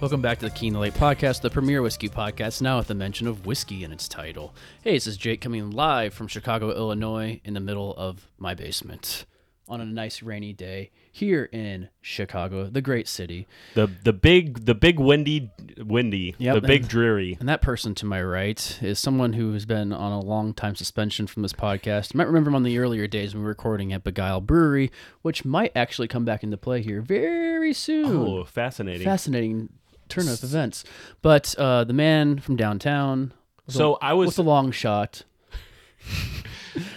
Welcome back to the Keen the Late podcast, the premier whiskey podcast, now with the mention of whiskey in its title. Hey, this is Jake coming live from Chicago, Illinois, in the middle of my basement on a nice rainy day here in Chicago, the great city. The the big the big windy windy Yep, the big and- dreary. And that person to my right is someone who has been on a long time suspension from this podcast. You might remember him on the earlier days when we were recording at Beguile Brewery, which might actually come back into play here very soon. Oh, fascinating. Fascinating turn of events. But uh, the man from downtown. with So a, I was- with a long shot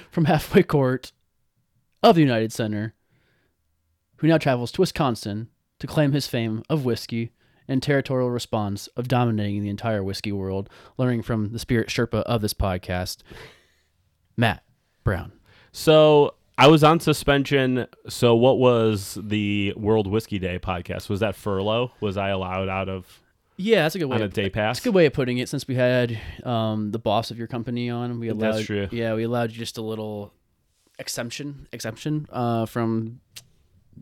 from halfway court of the United Center, who now travels to Wisconsin to claim his fame of whiskey and territorial response of dominating the entire whiskey world, learning from the spirit Sherpa of this podcast, Matt Brown. So I was on suspension. So what was the World Whiskey Day podcast? Was that furlough? Was I allowed out of Yeah, that's a good way. on a of- day pass? That's a good way of putting it. Since we had um, the boss of your company on, we allowed That's true. yeah we allowed you just a little exemption exemption uh, from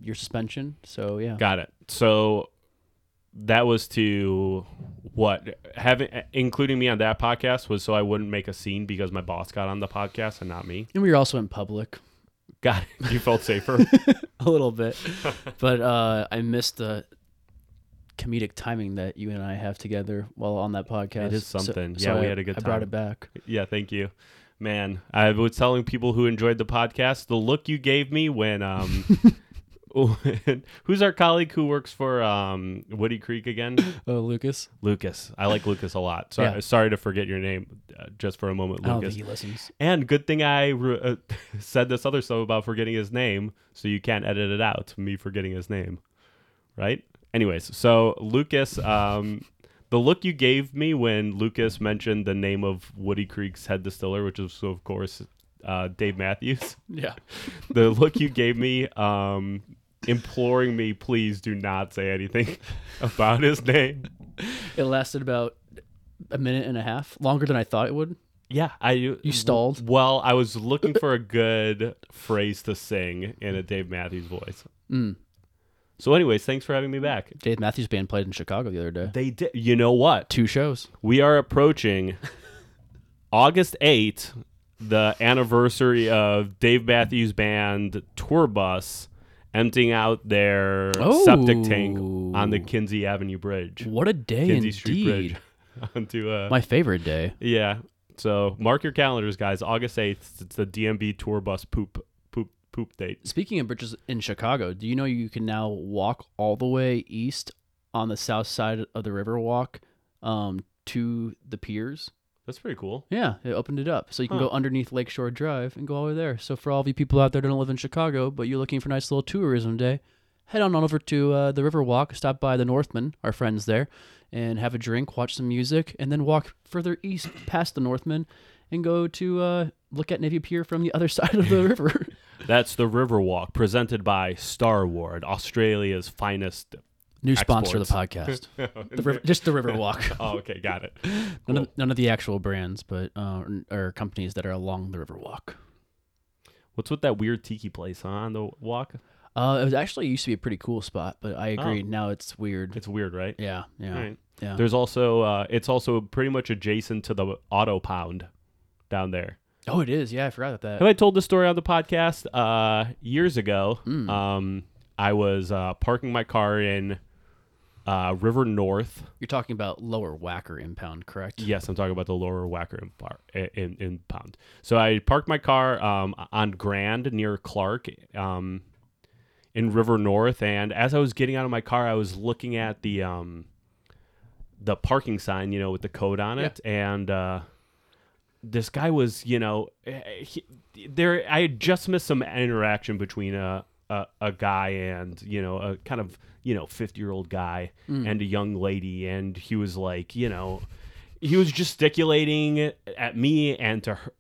your suspension. So yeah, Got it. So that was to what having including me on that podcast was so I wouldn't make a scene because my boss got on the podcast and not me. and we were also in public Got it. You felt safer. a little bit, but uh, I missed the comedic timing that you and I have together while on that podcast. is So- something. so Yeah, we I- had a good I brought time. it back. Yeah, thank you. Man, I was telling people who enjoyed the podcast the look you gave me when um when- who's our colleague who works for um Woody Creek again? Oh, Lucas, Lucas. I like Lucas a lot. So Yeah. sorry to forget your name uh, just for a moment, I don't think Lucas. he listens. And good thing I re- uh, said this other stuff about forgetting his name, so you can't edit it out. Me forgetting his name, right? Anyways, so Lucas, um, the look you gave me when Lucas mentioned the name of Woody Creek's head distiller, which is of course uh, Dave Matthews, Yeah, the look you gave me, um, imploring me, please do not say anything about his name. it lasted about a minute and a half, longer than I thought it would. Yeah, I you stalled? Well, I was looking for a good phrase to sing in a Dave Matthews voice. Mm. So, anyways, thanks for having me back. Dave Matthews Band played in Chicago the other day. They did. You know what? Two shows. We are approaching August eighth, the anniversary of Dave Matthews Band tour bus emptying out their septic tank on the Oh. Kinsey Avenue Bridge, What a day Kinsey indeed. Street Bridge, onto uh, My favorite day. Yeah. So mark your calendars, guys. August eighth. It's the DMB tour bus poop poop poop date. Speaking of bridges in Chicago, do you know you can now walk all the way east on the south side of the Riverwalk um, to the piers? That's pretty cool. Yeah, it opened it up. So you can Huh. go underneath Lakeshore Drive and go all the way there. So for all of you people out there that don't live in Chicago, but you're looking for a nice little tourism day, head on over to uh, the Riverwalk, stop by the Northmen, our friends there, and have a drink, watch some music, and then walk further east past the Northmen and go to uh, look at Navy Pier from the other side of the river. That's the Riverwalk, presented by Star Ward, Australia's finest. New sponsor of the podcast. the river, just the Riverwalk. Oh, okay, got it. None, of, none of the actual brands, but uh, or companies that are along the Riverwalk. What's with that weird tiki place huh, on the walk? Uh, it was actually it used to be a pretty cool spot, but I agree now it's weird. Oh. It's weird, right? yeah, yeah, All right. yeah. There's also uh, it's also pretty much adjacent to the Auto Pound down there. oh, it is. Yeah, I forgot about Have that. I told this story on the podcast uh, years ago? Hmm. Um, I was uh, parking my car in uh, River North. You're talking about Lower Wacker Impound, correct? Yes, I'm talking about the lower Wacker in, par- in, in Pound. So I parked my car um, on Grand near Clark um, in River North, and as I was getting out of my car, I was looking at the um, the parking sign, you know, with the code on it, and uh, this guy was, you know, eh, he, there. I had just missed some interaction between a a, a guy and you know a kind of you know fifty year old guy and a young lady, and he was like, you know, he was gesticulating at me and to her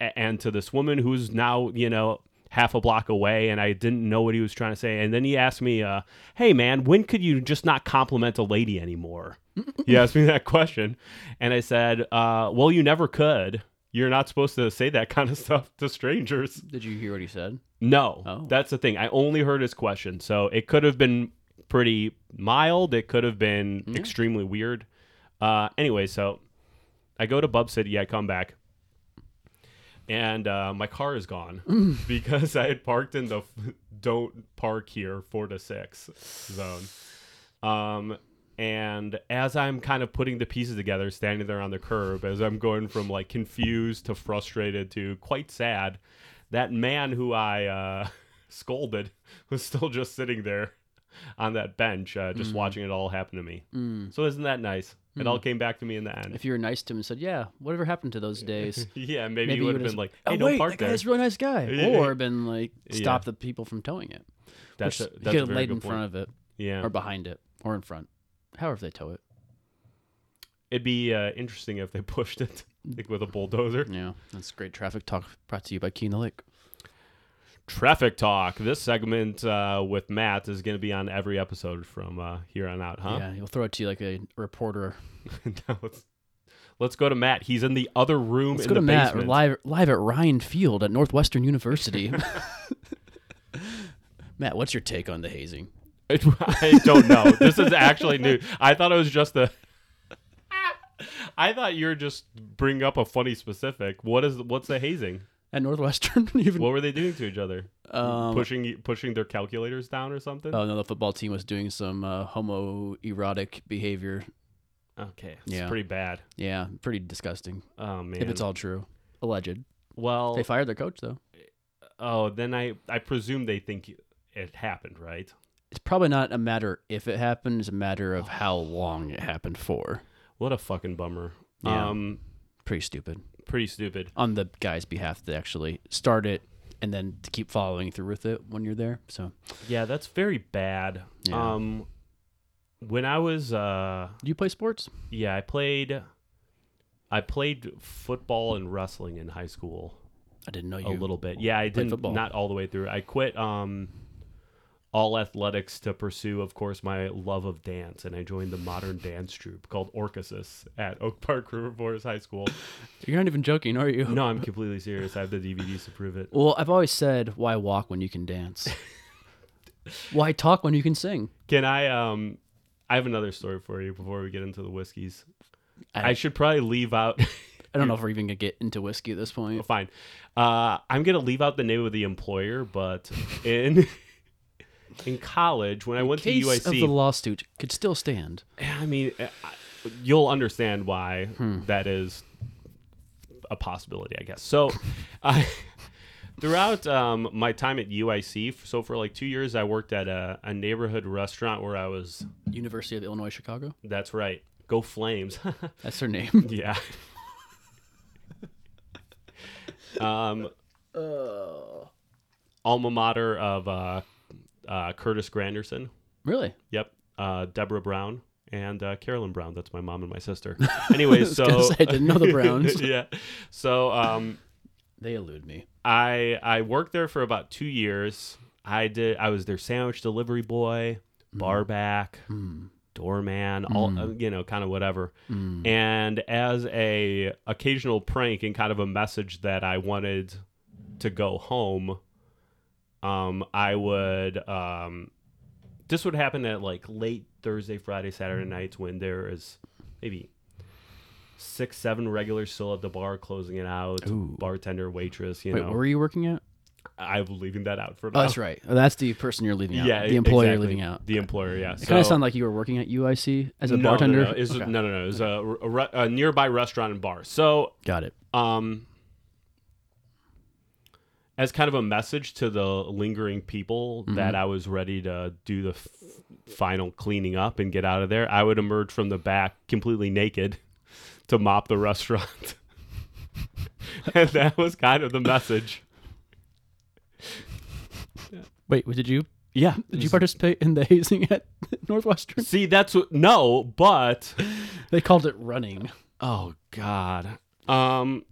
and to this woman who's now you know half a block away and i didn't know what he was trying to say and then he asked me uh, hey man when could you just not compliment a lady anymore he asked me that question and i said uh, well you never could you're not supposed to say that kind of stuff to strangers Did you hear what he said? no Oh. that's the thing i only heard his question so it could have been pretty mild. It could have been Yeah. extremely weird. Uh, anyway, so I go to Bub City. I come back, and uh, my car is gone because I had parked in the f- "Don't Park Here" four to six zone. Um, and as I'm kind of putting the pieces together, standing there on the curb, as I'm going from like confused to frustrated to quite sad, that man who I uh, scolded was still just sitting there on that bench, uh, just watching it all happen to me. Mm. So isn't that nice? It all came back to me in the end. If you were nice to him and said, "Yeah, whatever happened to those days?" yeah, maybe, Maybe you would have would've been like, Oh "Hey, don't wait, park that there." guy's a really nice guy, Yeah. or been like stop Yeah. the people from towing it. That's Which a, you that's could a have very laid good in point. front of it, yeah, or behind it, or in front, however they tow it. it'd be uh, interesting if they pushed it like with a bulldozer. Yeah, that's great traffic talk brought to you by Keen the Lake. Traffic talk. This segment uh, with Matt is going to be on every episode from uh, here on out, huh? Yeah, he'll throw it to you like a reporter. No, let's, let's go to Matt. He's in the other room Let's in go to the Matt. We're basement. live live at Ryan Field at Northwestern University. Matt, what's your take on the hazing? I don't know. This is actually new. I thought it was just a. I thought you were just bringing up a funny specific. What is what's the hazing? At Northwestern, even What were they doing to each other? um, pushing pushing their calculators down or something? Oh no, the football team was doing some uh, homoerotic behavior. okay, it's Yeah. pretty bad. Yeah, pretty disgusting. Oh man. If it's all true, alleged. well, They fired their coach though. oh then I I presume they think it happened, right? It's probably not a matter if it happened; it's a matter of how long it happened for. What a fucking bummer. Yeah. Um, Pretty stupid pretty stupid. on the guy's behalf to actually start it and then to keep following through with it when you're there. So Yeah, that's very bad. Yeah. Um, when I was uh. Do you play sports? Yeah, I played I played football and wrestling in high school I didn't know you. a little bit. Yeah, I played didn't football. not all the way through. I quit um all athletics to pursue of course my love of dance and I joined the modern dance troupe called Orcasis at Oak Park River Forest High School. You're not even joking, are you? No, I'm completely serious. I have the DVDs to prove it. Well, I've always said, why walk when you can dance? why talk when you can sing? Can I um I have another story for you before we get into the whiskeys. I- I should probably leave out I don't know if we're even gonna get into whiskey at this point. fine. Uh, I'm gonna leave out the name of the employer, but in in college when I went to case of UIC, the lawsuit could still stand. I mean, I- you'll understand why Hmm. that is a possibility, I guess. So, I throughout um, my time at UIC, so for like two years, I worked at a, a neighborhood restaurant where I was. University of Illinois Chicago. That's right. Go Flames. That's her name. yeah. um, alma mater of uh, uh, Curtis Granderson. really? Yep. Uh, Deborah Brown and uh, Carolyn Brown. That's my mom and my sister. Anyway, gonna so say, I didn't know the Browns. yeah. So um, They elude me. I I worked there for about two years. I did. I was their sandwich delivery boy, Mm-hmm. bar back, Hmm. doorman, all Mm. uh, you know, kind of whatever. And as a occasional prank and kind of a message that I wanted to go home, um, I would um, this would happen at like late Thursday, Friday, Saturday nights when there is maybe six, seven regulars still at the bar closing it out, Ooh. bartender, waitress, you Wait, know. Uh, where were you working at? I'm leaving that out for now. Oh, that's right. Oh, that's the person you're leaving out. Yeah, the employer you're exactly. leaving out. The employer, yeah. It kind of sounded like you were working at UIC as a no, bartender. No, no, It's- Okay. no, no, no. It was a, a re- a nearby restaurant and bar. So Got it. um as kind of a message to the lingering people Mm-hmm. that I was ready to do the f- final cleaning up and get out of there, I would emerge from the back completely naked to mop the restaurant. and that was kind of the message. Wait, what- did you Yeah. did you participate in the hazing at Northwestern? See, that's what, no, but They called it running. oh god. Um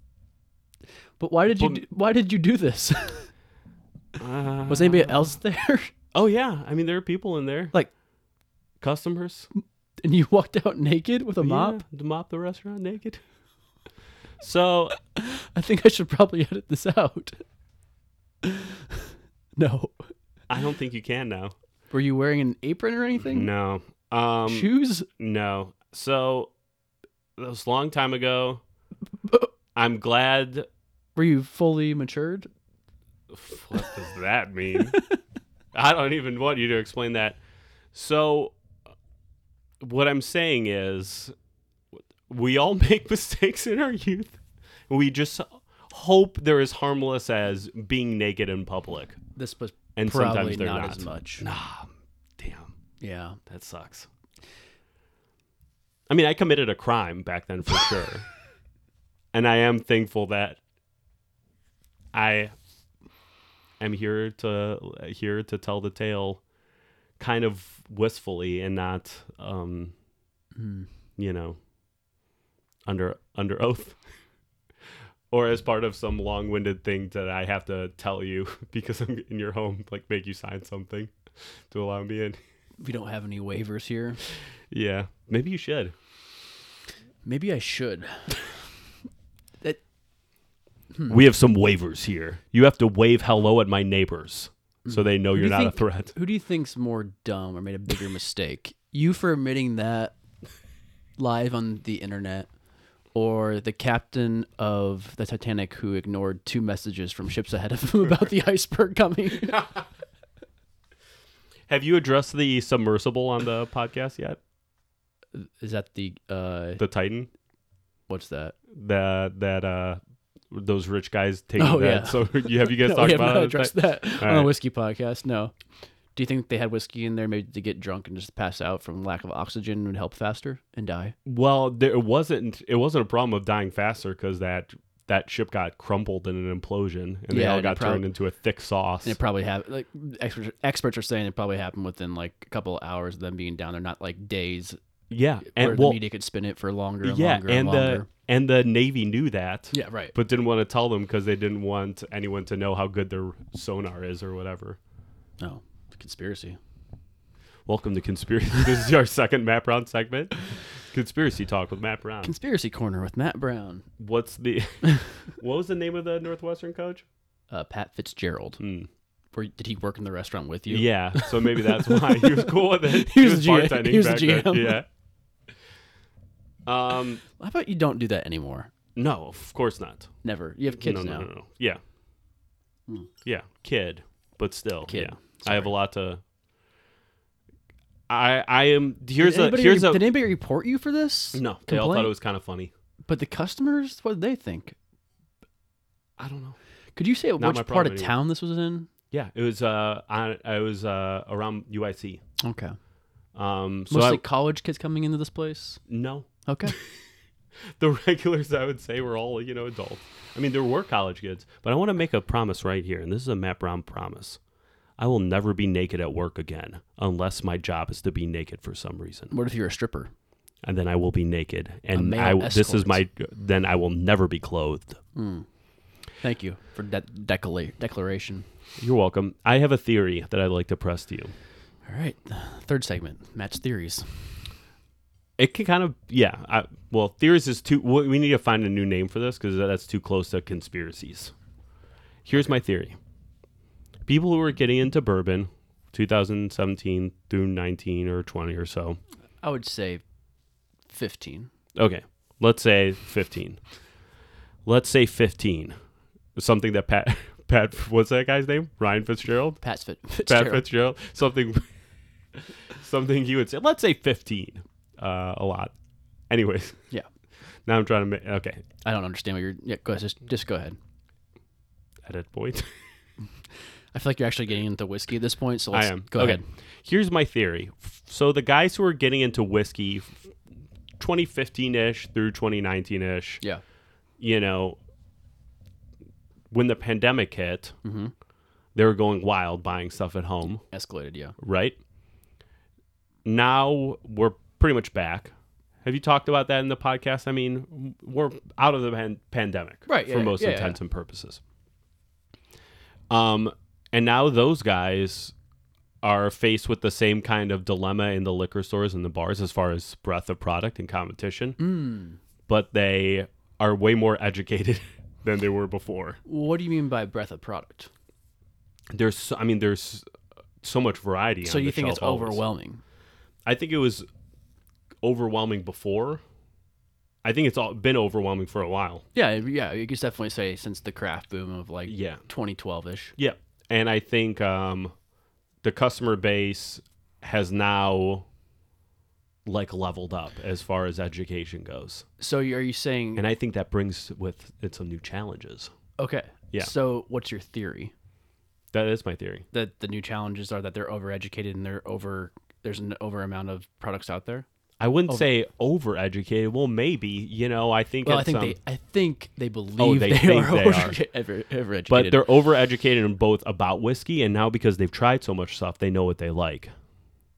But why did you But- do, why did you do this? uh, Was anybody else there? Oh yeah, I mean there are people in there. Like- customers and you walked out naked with a mop? Yeah, to mop the restaurant naked. So I think I should probably edit this out. no. I don't think you can now. Were you wearing an apron or anything? No. Um, Shoes? No. So that was a long time ago. I'm glad. Were you fully matured? What does that mean? I don't even want you to explain that. So, what I'm saying is, we all make mistakes in our youth. We just hope they're as harmless as being naked in public. This was And probably sometimes they're not, not. as much. Nah, damn. Yeah. That sucks. I mean, I committed a crime back then for sure. And I am thankful that I am here to here to tell the tale kind of wistfully and not um you know under under oath or as part of some long-winded thing that I have to tell you because I'm in your home like make you sign something to allow me in. We don't have any waivers here. Yeah, maybe you should. Maybe I should. We have some waivers here. You have to wave hello at my neighbors so they know do you you're not think- a threat. Who do you think's more dumb or made a bigger mistake? You for admitting that live on the internet or the captain of the Titanic who ignored two messages from ships ahead of him about the iceberg coming? Have you addressed the submersible on the podcast yet? Is that the uh The Titan, what's that? the that uh, those rich guys take Oh, that. yeah. So you, have you guys No, talked we have about not it? addressed that on right. a whiskey podcast. No. Do you think they had whiskey in there maybe to get drunk and just pass out from lack of oxygen would help faster and die? Well, there wasn't. It wasn't a problem of dying faster because that that ship got crumpled in an implosion and they Yeah, all and it got prob- turned into a thick sauce. And it probably happened. Like experts, experts are saying, it probably happened within like a couple of hours of them being down there, not like days. yeah, where and the well, media could spin it for longer and yeah, longer and, and the longer. and the Navy knew that. yeah, right. but didn't want to tell them because they didn't want anyone to know how good their sonar is or whatever. No conspiracy. Welcome to conspiracy. this is our second Map Round segment, conspiracy talk with Map Round. Conspiracy corner with Matt Brown, What's the what was the name of the Northwestern coach? uh, Pat Fitzgerald. Hmm. Where did he work in the restaurant with you? Yeah, so maybe that's why he was cool with it. He was the GM. He was the then. GM. Yeah. Um. How about you don't do that anymore? No, of course not. Never. You have kids no, now. no, no, no. Yeah. Yeah, kid, but still, Kid. yeah. I have a lot to. I I am here's did, a anybody here's re- a did anybody report you for this? no. They all thought complaint? it was kind of funny. But the customers, what did they think? I don't know. Could you say Not my which part problem of anymore. town this was in? Yeah, it was uh I, I was uh around UIC. Okay. Um, so Mostly I, college kids coming into this place. no, Okay. the regulars I would say were all you know adults. I mean, there were college kids, but I want to make a promise right here, and this is a Matt Brown promise. I will never be naked at work again unless my job is to be naked for some reason. what if you're a stripper? and then I will be naked, and male I w- this is escort. my then I will never be clothed. Thank you for that decla- declaration. You're welcome. I have a theory that I'd like to press to you. All right. Third segment, match theories. It can kind of yeah. I, well, theories is too. We we need to find a new name for this because that's too close to conspiracies. Here's my theory. People who are getting into bourbon, 2017 through 19 or 20 or so. I would say 15. Okay, let's say 15. Let's say 15. Something that Pat Pat what's that guy's name? Ryan Fitzgerald. Pat's fit. Pat Fitzgerald. Fitzgerald. Something, something he would say. Let's say fifteen, uh, a lot. Anyways, Yeah. now I'm trying to make okay I don't understand what you're. Yeah, go ahead. Just, just go ahead. edit point. I feel like you're actually getting into whiskey at this point, so I let's am go okay. ahead. Here's my theory. F- So the guys who are getting into whiskey, 2015 ish through 2019 ish, Yeah. you know, when the pandemic hit, Mm-hmm. they were going wild buying stuff at home. Escalated, yeah. right? Now we're pretty much back. Have you talked about that in the podcast? I mean, we're out of the pan- pandemic, Right, yeah, for yeah, most yeah, intents and purposes. Um, and now those guys are faced with the same kind of dilemma in the liquor stores and the bars as far as breadth of product and competition, Hmm. but they are way more educated than they were before What do you mean by breadth of product? there's so- i mean there's so much variety. So on you the think shelf it's always. overwhelming? I think it was overwhelming before. I think it's all been overwhelming for a while. Yeah, yeah. You could definitely say since the craft boom of like Yeah. 2012 ish. Yeah. And I think um, the customer base has now like leveled up as far as education goes. So you- are you saying And I think that brings with it some new challenges. okay? Yeah. So what's your theory That is my theory. that the new challenges are that they're overeducated and they're over there's an over amount of products out there? I wouldn't Oh. say overeducated. Well, maybe, you know, I think Well, I at think some- Oh, they I think they believe they they, think are they are. overeducated. Over, overeducated. but they're overeducated in both about whiskey and now because they've tried so much stuff, they know what they like.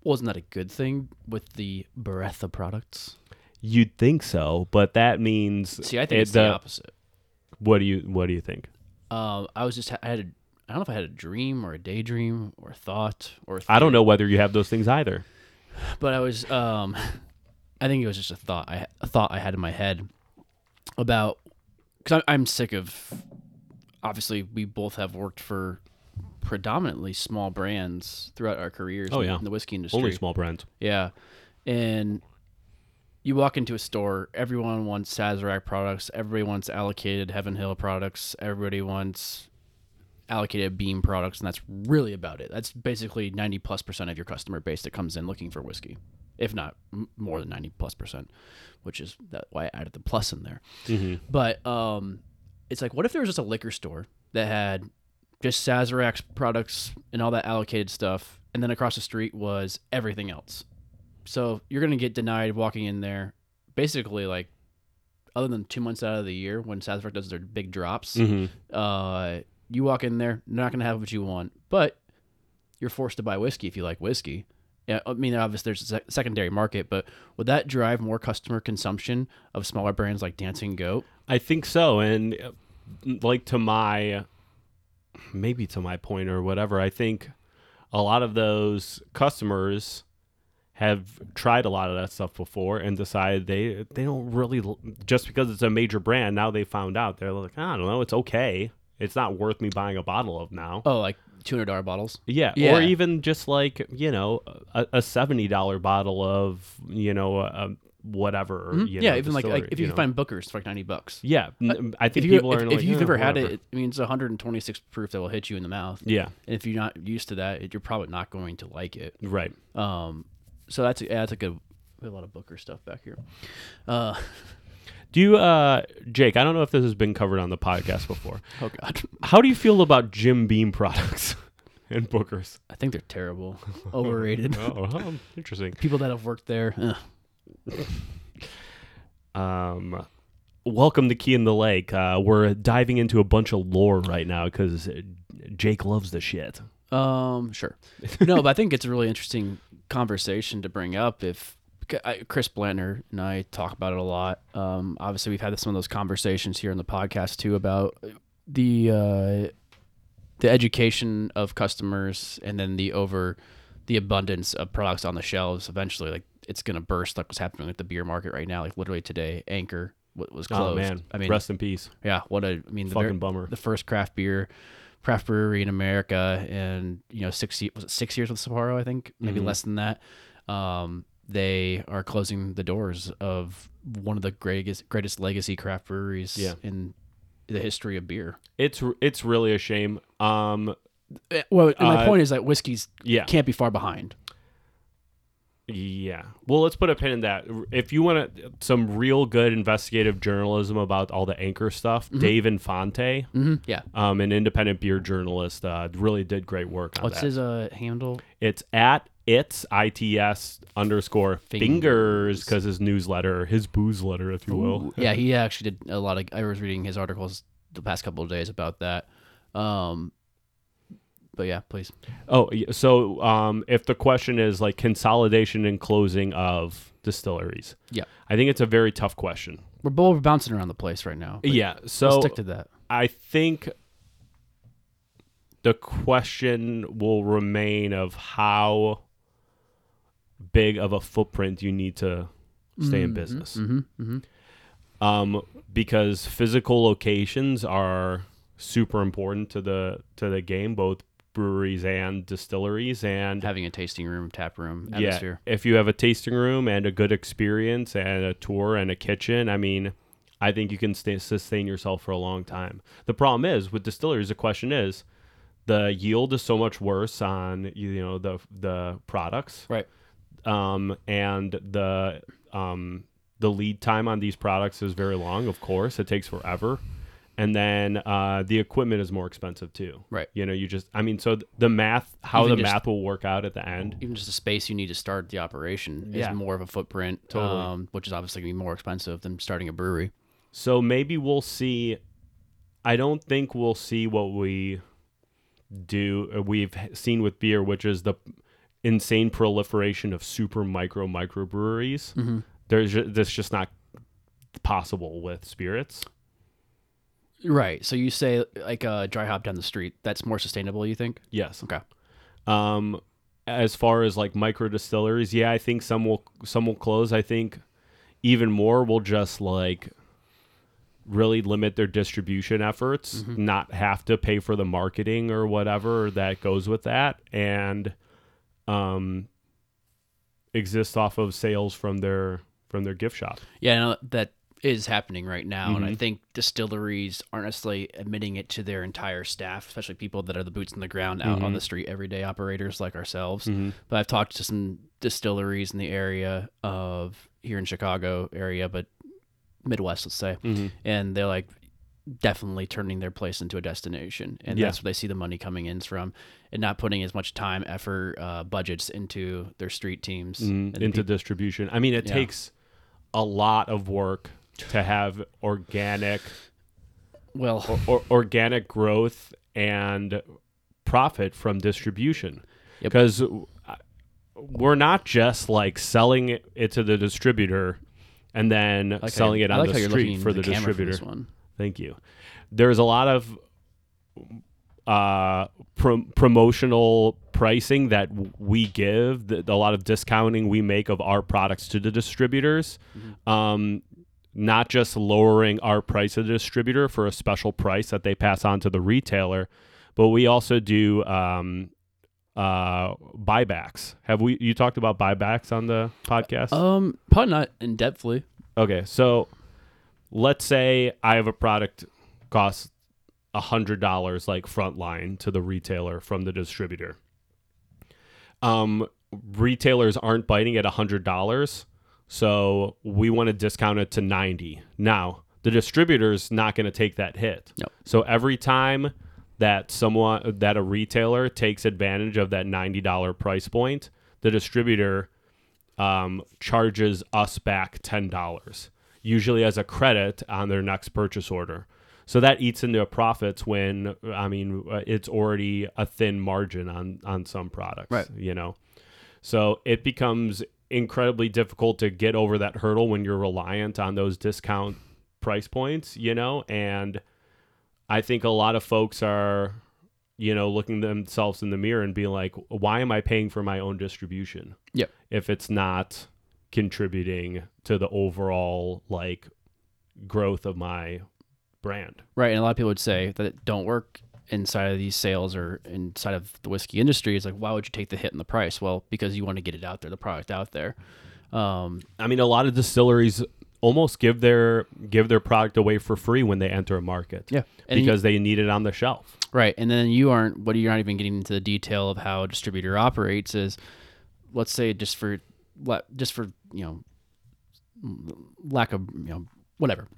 wasn't that a good thing with the breadth of products? You'd think so, but that means See, I think it- it's the, opposite. What do you what do you think? Um, I was just I had a I don't know if I had a dream or a daydream or a thought or a I don't know whether you have those things either. but I was um, I think it was just a thought I a thought I had in my head about because I'm sick of obviously we both have worked for predominantly small brands throughout our careers. Oh, in- yeah. in the whiskey industry. Only small brands. Yeah. And you walk into a store, everyone wants Sazerac products, everybody wants allocated Heaven Hill products, everybody wants allocated Beam products, and that's really about it. That's basically 90 plus percent of your customer base that comes in looking for whiskey, if not m- more than 90 plus percent, which is that why I added the plus in there. But um, it's like, what if there was just a liquor store that had just Sazerac's products and all that allocated stuff, and then across the street was everything else? So you're gonna get denied walking in there, basically like, other than two months out of the year when Sazerac does their big Mm-hmm. drops, uh, you walk in there, they're not gonna have what you want, but you're forced to buy whiskey if you like whiskey. Yeah, I mean, obviously there's a sec- secondary market, but would that drive more customer consumption of smaller brands like Dancing Goat? I think so, and uh, like to my maybe to my point or whatever, I think a lot of those customers have tried a lot of that stuff before and decided they they don't really l- just because it's a major brand now they found out they're like I don't know it's okay it's not worth me buying a bottle of now Oh, like two hundred dollar bottles. Yeah, Yeah. or even just like you know a, a seventy dollar bottle of you know uh, whatever. You Mm-hmm. yeah, know, even like, like distillery, if you, know. can find Booker's for like ninety bucks. Yeah, n- I If, think you, people if, are if like, you've "Eh, never had whatever." it, I mean, it's 126 proof that will hit you in the mouth. Yeah, And if you're not used to that, it, you're probably not going to like it. right. Um, so that's yeah, that's a good. We have a lot of Booker stuff back here. Uh, Do you, uh, Jake? I don't know if this has been covered on the podcast before. oh God, How do you feel about Jim Beam products and Booker's? I think they're terrible, overrated. Oh, huh, interesting. People that have worked there, ugh. Um, welcome to Key in the Lake. Uh, we're diving into a bunch of lore right now because Jake loves the shit. Um, sure. No, but I think it's a really interesting conversation to bring up. If I, Chris Blantner and I talk about it a lot. Um, obviously we've had some of those conversations here on the podcast too about the uh, the education of customers and then the over the abundance of products on the shelves. Eventually, like it's gonna burst, like what's happening with the beer market right now. Like literally today, Anchor w- was closed. Oh man, I mean, rest in peace. yeah, what a I mean, the Fucking ver- bummer. the first craft beer craft brewery in America and you know six ye- was it six years with Sapporo I think maybe Mm-hmm. less than that um, they are closing the doors of one of the greatest greatest legacy craft breweries Yeah. in the history of beer It's it's really a shame. Um, Eh, well my Uh, point is that whiskeys yeah, can't be far behind yeah. Well, let's put a pin in that. If you want to, some real good investigative journalism about all the anchor stuff, Dave Infante, hmm yeah um, an independent beer journalist, uh, really did great work on what's that. his uh, handle it's at it's its underscore fingers Fingers. because his newsletter, his booze letter, if you will. yeah he actually did a lot of I was reading his articles the past couple of days about that um, but yeah please Oh, y- so um, if the question is like consolidation and closing of distilleries, Yeah. I think it's a very tough question. We're both we're bouncing around the place right now. but yeah, so let's stick to that. I think the question will remain of how big of a footprint you need to stay in business. hmm hmm Um, because physical locations are super important to the to the game, both breweries and distilleries and having a tasting room, tap room atmosphere. if you have a tasting room and a good experience and a tour and a kitchen, I mean, I think you can stay, sustain yourself for a long time. The problem is with distilleries. The question is, the yield is so much worse on you know the the products, Right. um, and the um, the lead time on these products is very long. Of course, it takes forever, and then uh, the equipment is more expensive too. Right. You know, you just I mean, so th- the math, how Even the just- math will work out at the end. Even just the space you need to start the operation Yeah. is more of a footprint, Totally. um, which is obviously going to be more expensive than starting a brewery. So maybe we'll see. I don't think we'll see what we do uh, we've h- seen with beer, which is the insane proliferation of super micro microbreweries. There's ju- that's just not possible with spirits. Right. So you say like a dry hop down the street. That's more sustainable, you think? Yes. Okay. Um, as far as like micro distilleries, yeah, I think some will some will close. I think even more will just like really limit their distribution efforts, Mm-hmm. not have to pay for the marketing or whatever that goes with that, and um, exist off of sales from their from their gift shop. Yeah, no, that is happening right now, and I think distilleries aren't necessarily admitting it to their entire staff, especially people that are the boots on the ground out on the street everyday operators like ourselves. Mm-hmm. But I've talked to some distilleries in the area of here in Chicago area, but Midwest, let's say, Mm-hmm. and they're like definitely turning their place into a destination, and Yeah. that's where they see the money coming in from, and not putting as much time, effort, uh, budgets into their street teams and the Mm-hmm. into distribution. I mean, it Yeah. takes a lot of work to have organic peop- Well, or organic growth and profit from distribution Yep. because we're not just like selling it to the distributor and then I like how selling you're- it I on like how the you're street looking for into the, camera for distributor this one. thank you there's a lot of uh prom- promotional pricing that w- we give the, a lot of discounting we make of our products to the distributors um not just lowering our price to the distributor for a special price that they pass on to the retailer but we also do um uh buybacks have we you talked about buybacks on the podcast Um, probably not in depthly. Okay, so let's say I have a product costs a hundred dollars like frontline to the retailer from the distributor. Um, retailers aren't biting at a hundred dollars, so we want to discount it to ninety. Now the distributor's not going to take that hit. Yep. So every time that someone that a retailer takes advantage of that ninety dollar price point, the distributor um, charges us back ten dollars, usually as a credit on their next purchase order. So that eats into profits when I mean uh, it's already a thin margin on on some products, Right. You know, so it becomes incredibly difficult to get over that hurdle when you're reliant on those discount price points, you know, and I think a lot of folks are you know looking themselves in the mirror and being like why am I paying for my own distribution? Yep. if it's not contributing to the overall like growth of my brand. Right. And a lot of people would say that it don't work inside of these sales or inside of the whiskey industry. It's like, why would you take the hit in the price? Well, because you want to get it out there, the product out there. Um, I mean, a lot of distilleries almost give their give their product away for free when they enter a market. Yeah. And you- because they need it on the shelf. Right, and then you aren't. What you're not even getting into the detail of how a distributor operates is, let's say just for, la- just for you know, lack of you know whatever.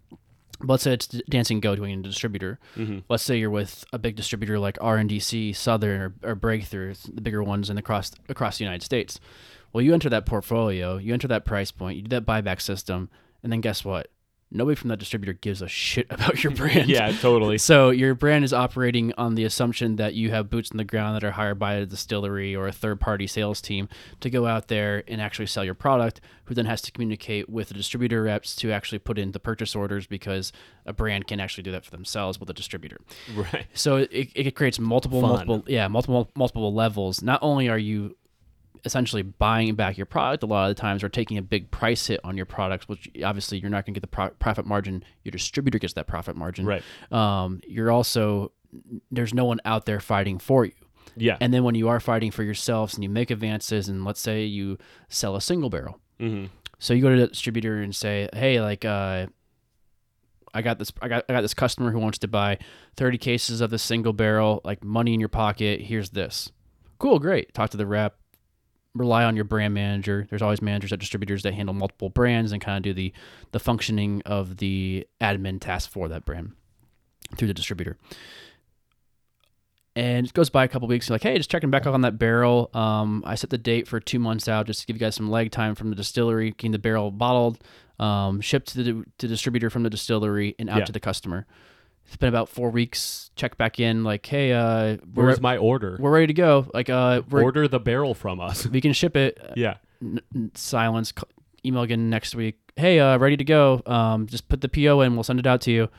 Let's say it's Dancing Go doing a distributor. Let's say you're with a big distributor like RNDC, Southern, or, or Breakthrough, it's the bigger ones, and across across the United States. Well, you enter that portfolio, you enter that price point, you do that buyback system, and then guess what? Nobody from that distributor gives a shit about your brand. totally. So your brand is operating on the assumption that you have boots on the ground that are hired by a distillery or a third-party sales team to go out there and actually sell your product, who then has to communicate with the distributor reps to actually put in the purchase orders because a brand can actually do that for themselves with a distributor. right. So it, it creates multiple, Fun. multiple, yeah, multiple, multiple levels. Not only are you essentially buying back your product a lot of the times or taking a big price hit on your products, which obviously you're not going to get the pro- profit margin. Your distributor gets that profit margin. Right. Um, you're also, there's no one out there fighting for you. Yeah. And then when you are fighting for yourselves and you make advances, and let's say you sell a single barrel, hmm so you go to the distributor and say, "Hey, like, uh, I got this. I got I got this customer who wants to buy thirty cases of this single barrel. Like, money in your pocket. Here's this. Cool, great. Talk to the rep. Rely on your brand manager. There's always managers at distributors that handle multiple brands and kind of do the the functioning of the admin task for that brand through the distributor. And it goes by a couple weeks. You're like, hey, just checking back on that barrel. Um, I set the date for two months out just to give you guys some leg time from the distillery, getting the barrel bottled, um, shipped to the to distributor from the distillery and out Yeah. to the customer. It's been about four weeks. Check back in, like, hey, uh, we're, Where's my order? we're ready to go. Like, uh, we're, order the barrel from us. we can ship it yeah. n- n- silence c- email again next week hey uh ready to go um just put the po in we'll send it out to you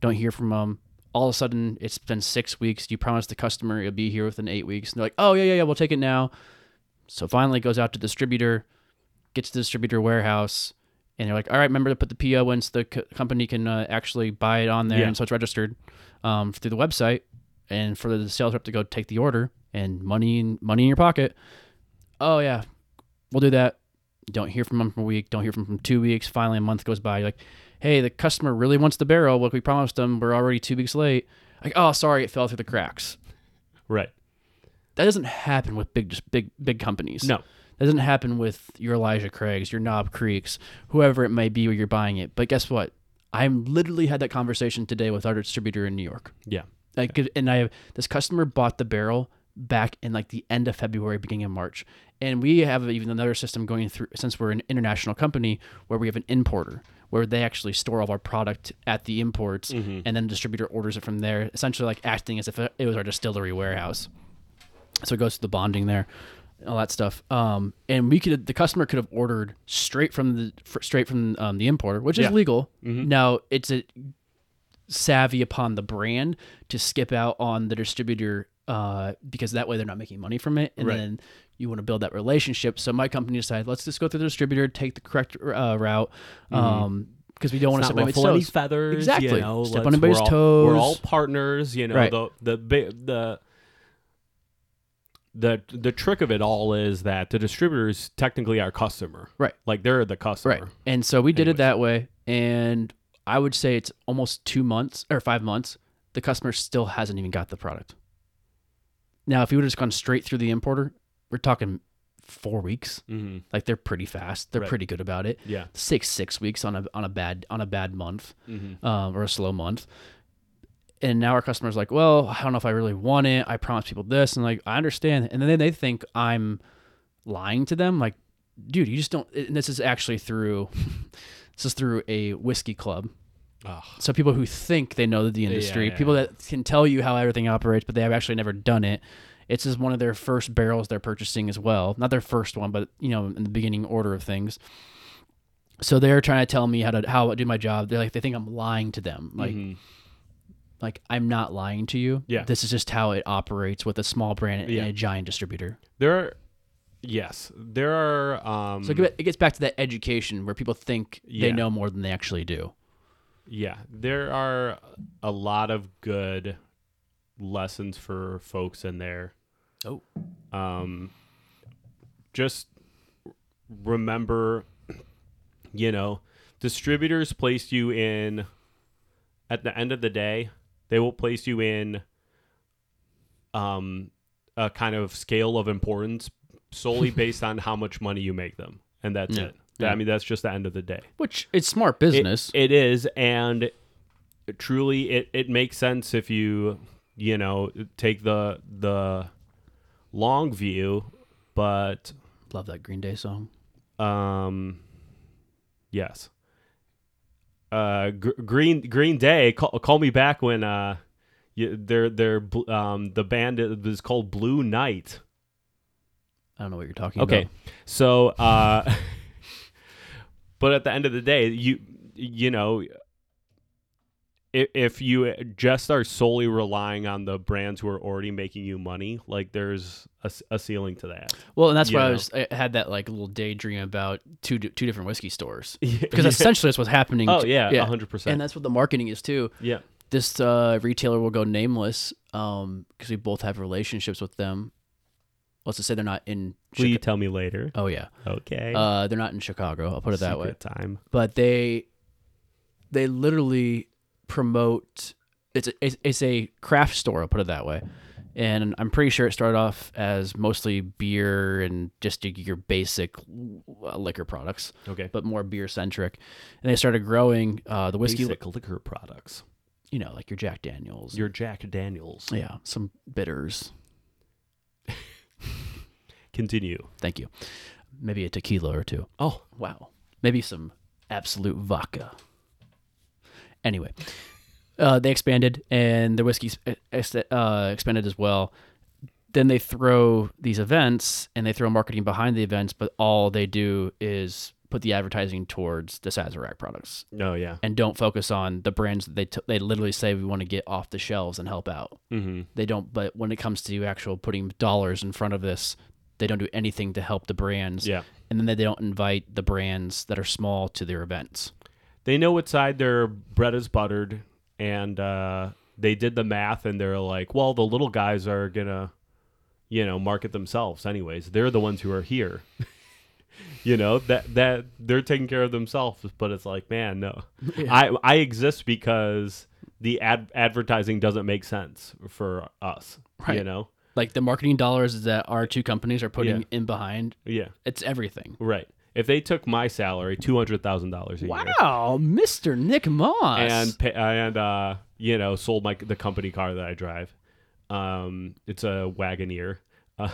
don't hear from them all of a sudden it's been six weeks you promised the customer it'll be here within eight weeks and they're like oh yeah yeah yeah we'll take it now so finally it goes out to distributor gets to the distributor warehouse and they're like all right remember to put the po in so the co- company can uh, actually buy it on there Yeah. and so it's registered um, through the website and for the sales rep to go take the order and money in, money in your pocket oh yeah we'll do that. Don't hear from them from a week. Don't hear from them from two weeks. Finally, a month goes by. You're like, hey, the customer really wants the barrel. Like we promised them, we're already two weeks late. Like, oh, sorry, it fell through the cracks. Right. That doesn't happen with big, just big, big companies. No. that doesn't happen with your Elijah Craigs, your Knob Creeks, whoever it may be where you're buying it. But guess what? I literally had that conversation today with our distributor in New York. Yeah. Like, and I this customer bought the barrel back in like the end of February, beginning of March, and we have even another system going through since we're an international company where we have an importer where they actually store all of our product at the imports, and then the distributor orders it from there, essentially like acting as if it was our distillery warehouse. So it goes to the bonding there, all that stuff. Um, and we could the customer could have ordered straight from the fr- straight from um, the importer, which Yeah. Mm-hmm. is legal. Now it's a savvy upon the brand to skip out on the distributor uh, because that way they're not making money from it, and Right. then you want to build that relationship. So my company decided let's just go through the distributor, take the correct uh, route. Um, because we don't want to Mm-hmm. Not step on anybody's ruffle any toes. feathers. Exactly. You know, Step on let's- anybody's we're all- We're toes. all partners. You know, Right. the the bi- the the the trick of it all is that the distributor is technically our customer. Right. Like they're the customer. Right. And so we did Anyways. it that way. And I would say it's almost two months or five months. The customer still hasn't even got the product. Now, if you would have just gone straight through the importer, we're talking four weeks. hmm Like they're pretty fast. They're Right. pretty good about it. Yeah. Six six weeks on a on a bad on a bad month hmm um, or a slow month. And now our customer's like, well, I don't know if I really want it. I promised people this. And like, I understand. And then they think I'm lying to them. Like, dude, you just don't. And this is actually through, this is through a whiskey club. Ugh. So people who think they know the industry, yeah, people that can tell you how everything operates, but they have actually never done it. It's just one of their first barrels they're purchasing as well. Not their first one, but you know, in the beginning order of things. So they're trying to tell me how to how I do my job. They're like they think I'm lying to them. Like Mhm. like I'm not lying to you. Yeah. This is just how it operates with a small brand and Yeah. a giant distributor. there are. Yes, there are. Um, So it get- it gets back to that education where people think Yeah. they know more than they actually do. Yeah, there are a lot of good lessons for folks in there. Oh. Um just remember you know, distributors place you in at the end of the day, they will place you in um a kind of scale of importance solely based on how much money you make them. And that's Yeah, it. yeah. I mean, that's just the end of the day. Which it's smart It- business. it is, and truly, it, it makes sense if you you know take the the long view, but Love that Green Day song. um, yes. Uh, gr- Green Green Day, call, call me back when uh, you, they're they're bl- um the band is called Blue Night. I don't know what you're talking okay. about. So, uh, but at the end of the day, you you know, if, if you just are solely relying on the brands who are already making you money, like there's a, s- a ceiling to that. Well, and that's why I Yeah. was I had that like little daydream about two di- two different whiskey stores Yeah. because essentially that's what's happening. oh to- yeah, hundred and percent. that's what the marketing is too. Yeah, this uh, retailer will go nameless because we both have relationships with them. Let's just say they're not in. Will you Chica- tell me later? oh yeah, Okay. uh, they're not in Chicago. I'll put it that way. Secret Time. But they they literally promote. It's a, it's, it's a craft store. I'll put it that way. And I'm pretty sure it started off as mostly beer and just your- your basic uh, liquor products, Okay. but more beer centric. And they started growing uh, the whiskey, Basic liquor products. you know, like your Jack Daniels, Your Jack Daniels. yeah, some bitters. Continue. Thank you. Maybe a tequila or two. Oh, Wow. Maybe some absolute vodka. Anyway, uh, they expanded and their whiskey ex- uh, expanded as well. Then they throw these events and they throw marketing behind the events, but all they do is put the advertising towards the Sazerac products no, yeah. and don't focus on the brands that they t- they literally say we want to get off the shelves and help out. Mm-hmm. They don't, but when it comes to actual putting dollars in front of this, they don't do anything to help the brands Yeah. and then they don't invite the brands that are small to their events. They know what side their bread is buttered, and uh, they did the math, and they're like, well, the little guys are gonna, you know, market themselves anyways. They're the ones who are here. you know that that they're taking care of themselves, but it's like, man, no, I I exist because the ad- advertising doesn't make sense for us. You Right. know. Like the marketing dollars that our two companies are putting Yeah. in behind, Yeah. it's everything. Right. If they took my salary, two hundred thousand dollars a year, Wow, Mr. Nick Moss. and pay, and uh, you know, sold my the company car that I drive, um, it's a Wagoneer. Uh,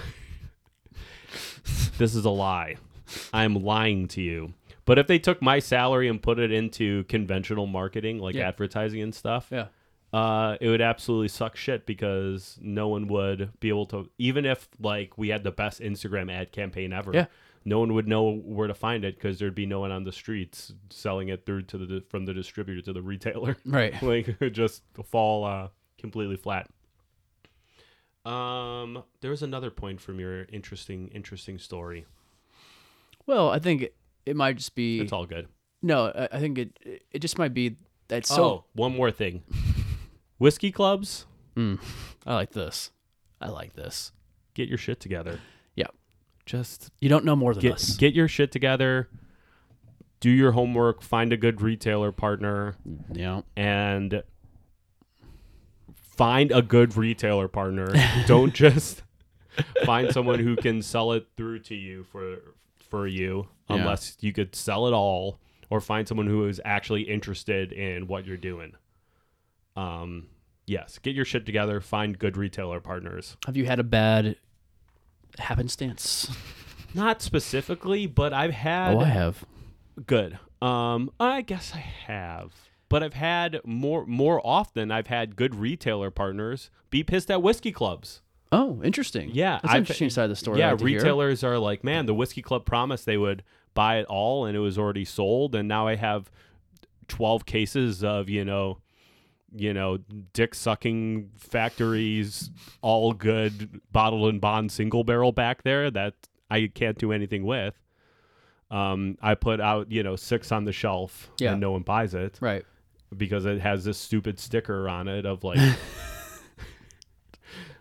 this is a lie. I'm lying to you. But if they took my salary and put it into conventional marketing, like Yeah. advertising and stuff, yeah. uh, it would absolutely suck shit because no one would be able to even if like we had the best Instagram ad campaign ever. Yeah. No one would know where to find it because there'd be no one on the streets selling it through to the from the distributor to the retailer. Right. like it would just fall uh, completely flat. Um, there was another point from your interesting interesting story. Well, I think it might just be It's all good. No, I, I think it it just might be that So, so Oh, one more thing, whiskey clubs, I like this. I like this. get your shit together. Yeah. Just You don't know more than get us. get your shit together do your homework find a good retailer partner yeah. and find a good retailer partner don't just find someone who can sell it through to you for for you Yeah. unless you could sell it all or find someone who is actually interested in what you're doing um yes get your shit together find good retailer partners Have you had a bad happenstance? not specifically but i've had Oh, I have. good. Um, I guess I have, but I've had more more often. I've had good retailer partners be pissed at whiskey clubs. Oh, interesting. Yeah, That's I've- an interesting side of the story. I Yeah, like to hear. retailers are like, man, the whiskey club promised they would buy it all, and it was already sold, and now I have twelve cases of you know. You know, dick sucking factories, all good bottle and bond single barrel back there that I can't do anything with. Um, I put out, you know, six on the shelf Yeah. and no one buys it Right. because it has this stupid sticker on it of like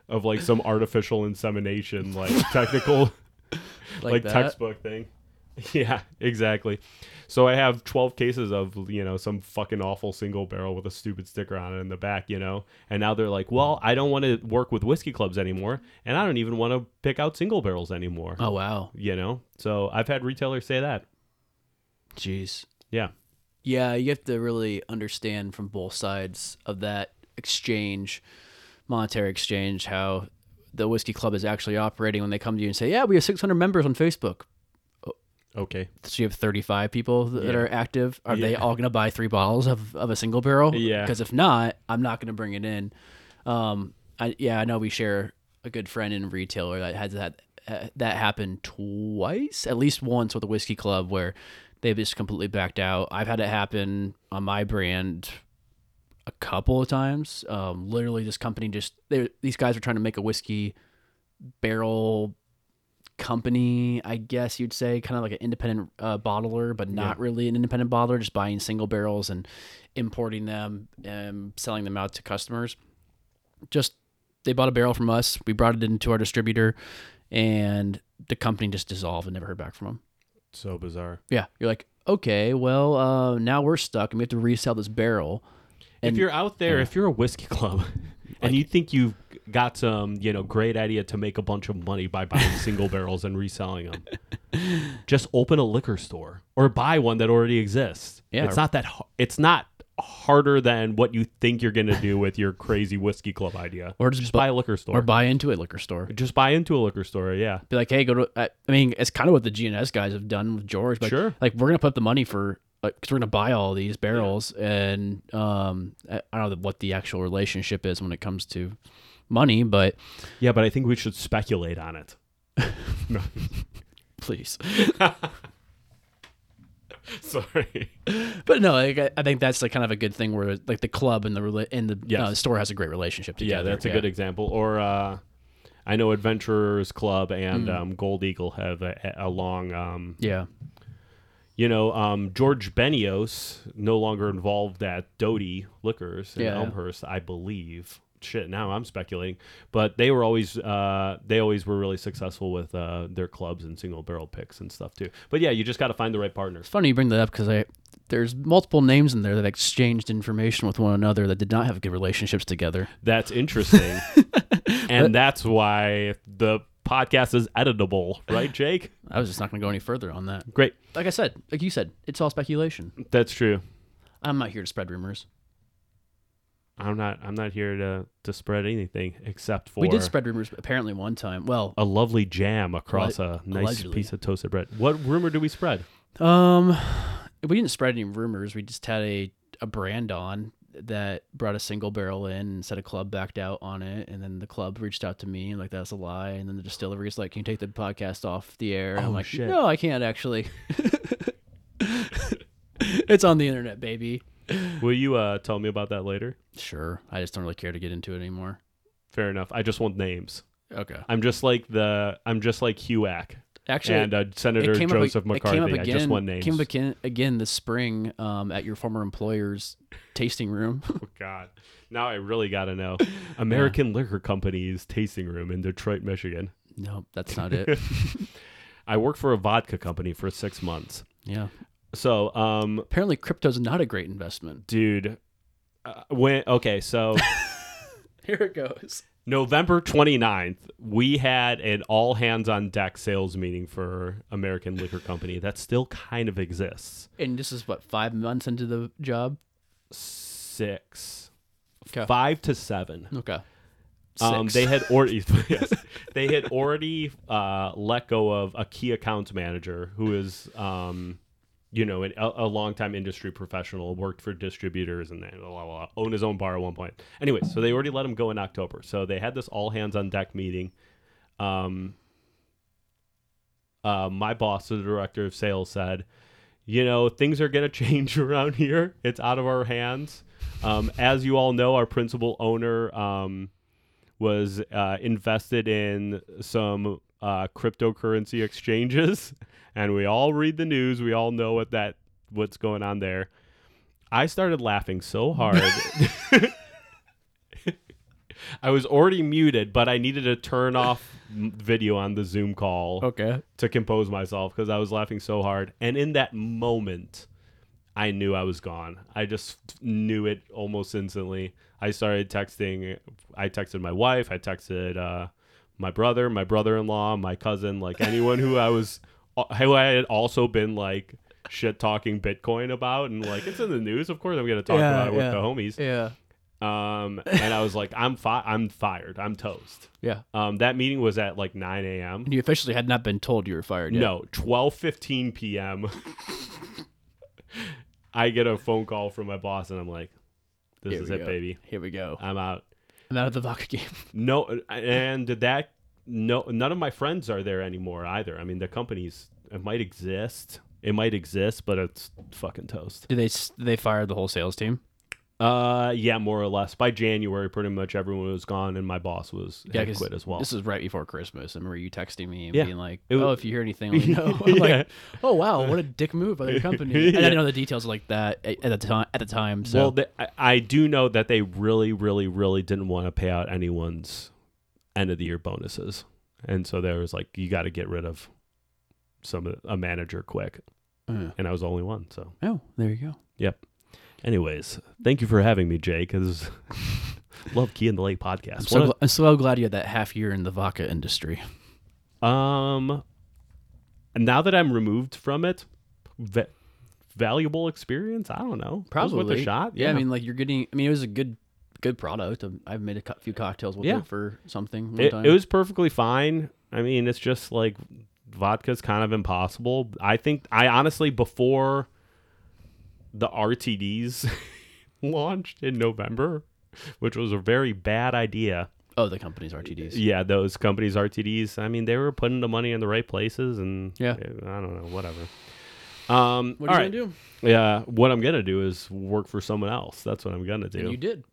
of like some artificial insemination like technical Like, like, that. textbook thing. Yeah, exactly. So I have 12 cases of, you know, some fucking awful single barrel with a stupid sticker on it in the back, you know. And now they're like, "Well, I don't want to work with whiskey clubs anymore, and I don't even want to pick out single barrels anymore." Oh, wow. You know? So I've had retailers say that. Jeez. Yeah. Yeah, you have to really understand from both sides of that exchange, monetary exchange, how the whiskey club is actually operating when they come to you and say, "Yeah, we have 600 members on Facebook." Okay. So you have 35 people that Yeah. are active. Are they Yeah. all going to buy three bottles of, of a single barrel? Yeah. Because if not, I'm not going to bring it in. Um, I yeah, I know we share a good friend and retailer that had that uh, that happened twice, at least once with a whiskey club where they've just completely backed out. I've had it happen on my brand a couple of times. Um, literally, this company just they, these guys were trying to make a whiskey barrel company, I guess you'd say, kind of like an independent uh, bottler, but not really an independent bottler, just buying single barrels and importing them and selling them out to customers. Just they bought a barrel from us, we brought it into our distributor, and the company just dissolved and never heard back from them. So bizarre. Yeah, you're like, okay, well, uh, now we're stuck and we have to resell this barrel. And- if you're out there, if you're a whiskey club and you think you've got some, you know, great idea to make a bunch of money by buying single barrels and reselling them, just open a liquor store or buy one that already exists. Yeah. It's not that har- it's not harder than what you think you're going to do with your crazy whiskey club idea. Or just bu- buy a liquor store. Or buy into a liquor store. just buy into a liquor store, yeah. Be like, hey, go to. I, I mean, it's kind of what the GNS guys have done with George. But Sure. Like, we're gonna put up the money for like, we we're gonna buy all these barrels, and um, I, I don't know what the actual relationship is when it comes to money, but Yeah, but I think we should speculate on it. please. Sorry. But no, like, I, I think that's like kind of a good thing where like the club and the rela- and the Yes. uh, store has a great relationship Yeah, together. that's a good example. Or uh, I know Adventurers Club and um, Gold Eagle have a, a long, um, Yeah. you know, um, George Benios, no longer involved at Doty Liquors in Yeah. Elmhurst, I believe. Shit, now I'm speculating, but they were always uh, they always were really successful with uh, their clubs and single barrel picks and stuff too. But yeah, you just got to find the right partners. It's funny you bring that up because I there's multiple names in there that exchanged information with one another that did not have good relationships together. That's interesting, and that's why the podcast is editable, right, Jake? I was just not going to go any further on that. Great, Like I said, like you said, it's all speculation. that's true. I'm not here to spread rumors. I'm not. I'm not here to to spread anything except for we did spread rumors apparently one time. Well, a lovely jam across Alle- a nice allegedly. piece of toasted bread. What rumor did we spread? um, we didn't spread any rumors. We just had a, a brand on that brought a single barrel in and said a club backed out on it. And then the club reached out to me and like, that's a lie. And then the distillery's like, can you take the podcast off the air? And Oh, I'm like, shit. no, I can't actually. it's on the internet, baby. Will you uh, tell me about that later? Sure. I just don't really care to get into it anymore. Fair enough. I just want names. Okay. I'm just like the. I'm just like HUAC Actually, and uh, Senator it came up ag- Joseph McCarthy. It came up I again, just want names. Came up again, again this spring um, at your former employer's tasting room. oh God. Now I really got to know. American Liquor Company's tasting room in Detroit, Michigan. no, that's not it. I worked for a vodka company for six months. yeah. So, um, Apparently, crypto's not a great investment. dude, uh, when okay, so. Here it goes. November 29th, we had an all hands on deck sales meeting for American Liquor Company that still kind of exists. And this is what five months into the job. Six, Okay. five to seven. Okay. Um, Six. they had already yes, they had already uh, let go of a key accounts manager who is um, you know an, a, a longtime industry professional worked for distributors and then blah, blah, blah, owned his own bar at one point. Anyway, so they already let him go in October. So they had this all hands on deck meeting. Um, uh, my boss, the director of sales, said, you know, things are going to change around here. It's out of our hands. Um, as you all know, our principal owner um, was uh, invested in some uh, cryptocurrency exchanges, and we all read the news. We all know what that what's going on there. I started laughing so hard. I was already muted, but I needed to turn off m- video on the Zoom call okay. to compose myself because I was laughing so hard. And in that moment, I knew I was gone. I just knew it almost instantly. I started texting. I texted my wife. I texted uh, my brother, my brother-in-law, my cousin, like anyone who I was, who I had also been like shit talking Bitcoin about, and like it's in the news. Of course, I'm gonna talk Yeah, about it yeah. with the homies. Yeah. Um, and I was like, I'm fi- I'm fired. I'm toast. Yeah. Um, that meeting was at like 9 a.m. And you officially had not been told you were fired yet. No, twelve fifteen p.m. I get a phone call from my boss, and I'm like, "This Here is we it, go. baby. Here we go. I'm out." I'm out of the vodka game. No, and that no, none of my friends are there anymore either. I mean, the company's it might exist, it might exist, but it's fucking toast. Did they s- did they fire the whole sales team? Uh, yeah, more or less. By January, pretty much everyone was gone, and my boss was Yeah, had 'cause quit as well. This is right before Christmas. I remember you texting me and Yeah. being like, It "Oh, was- if you hear anything, let me know." I'm Yeah. like, "Oh wow, what a dick move by the company." And I Yeah. didn't know the details like that at at the time. At the time, so Well, they, I, I do know that they really, really, really didn't want to pay out anyone's end of the year bonuses, and so there was like, you got to get rid of some a manager quick, Uh, and I was the only one. So, oh, there you go. yep. Anyways, thank you for having me, Jay. Because love Key and the Lake podcast. I'm so, One of- gl- I'm so glad you had that half year in the vodka industry. Um, now that I'm removed from it, va- valuable experience. I don't know. It was worth a shot. Yeah. I mean, like you're getting. I mean, it was a good, good product. Um, I've made a co- few cocktails with Yeah. it for something. One it, time. it was perfectly fine. I mean, it's just like vodka's kind of impossible. I think I honestly before the RTDs launched in November, which was a very bad idea. Oh, the company's RTDs. Yeah, those companies RTDs. I mean, they were putting the money in the right places, and eh, Yeah. I don't know, whatever. Um, What are all you gonna right. do? Yeah, what I'm gonna do is work for someone else. That's what I'm gonna do. And you did.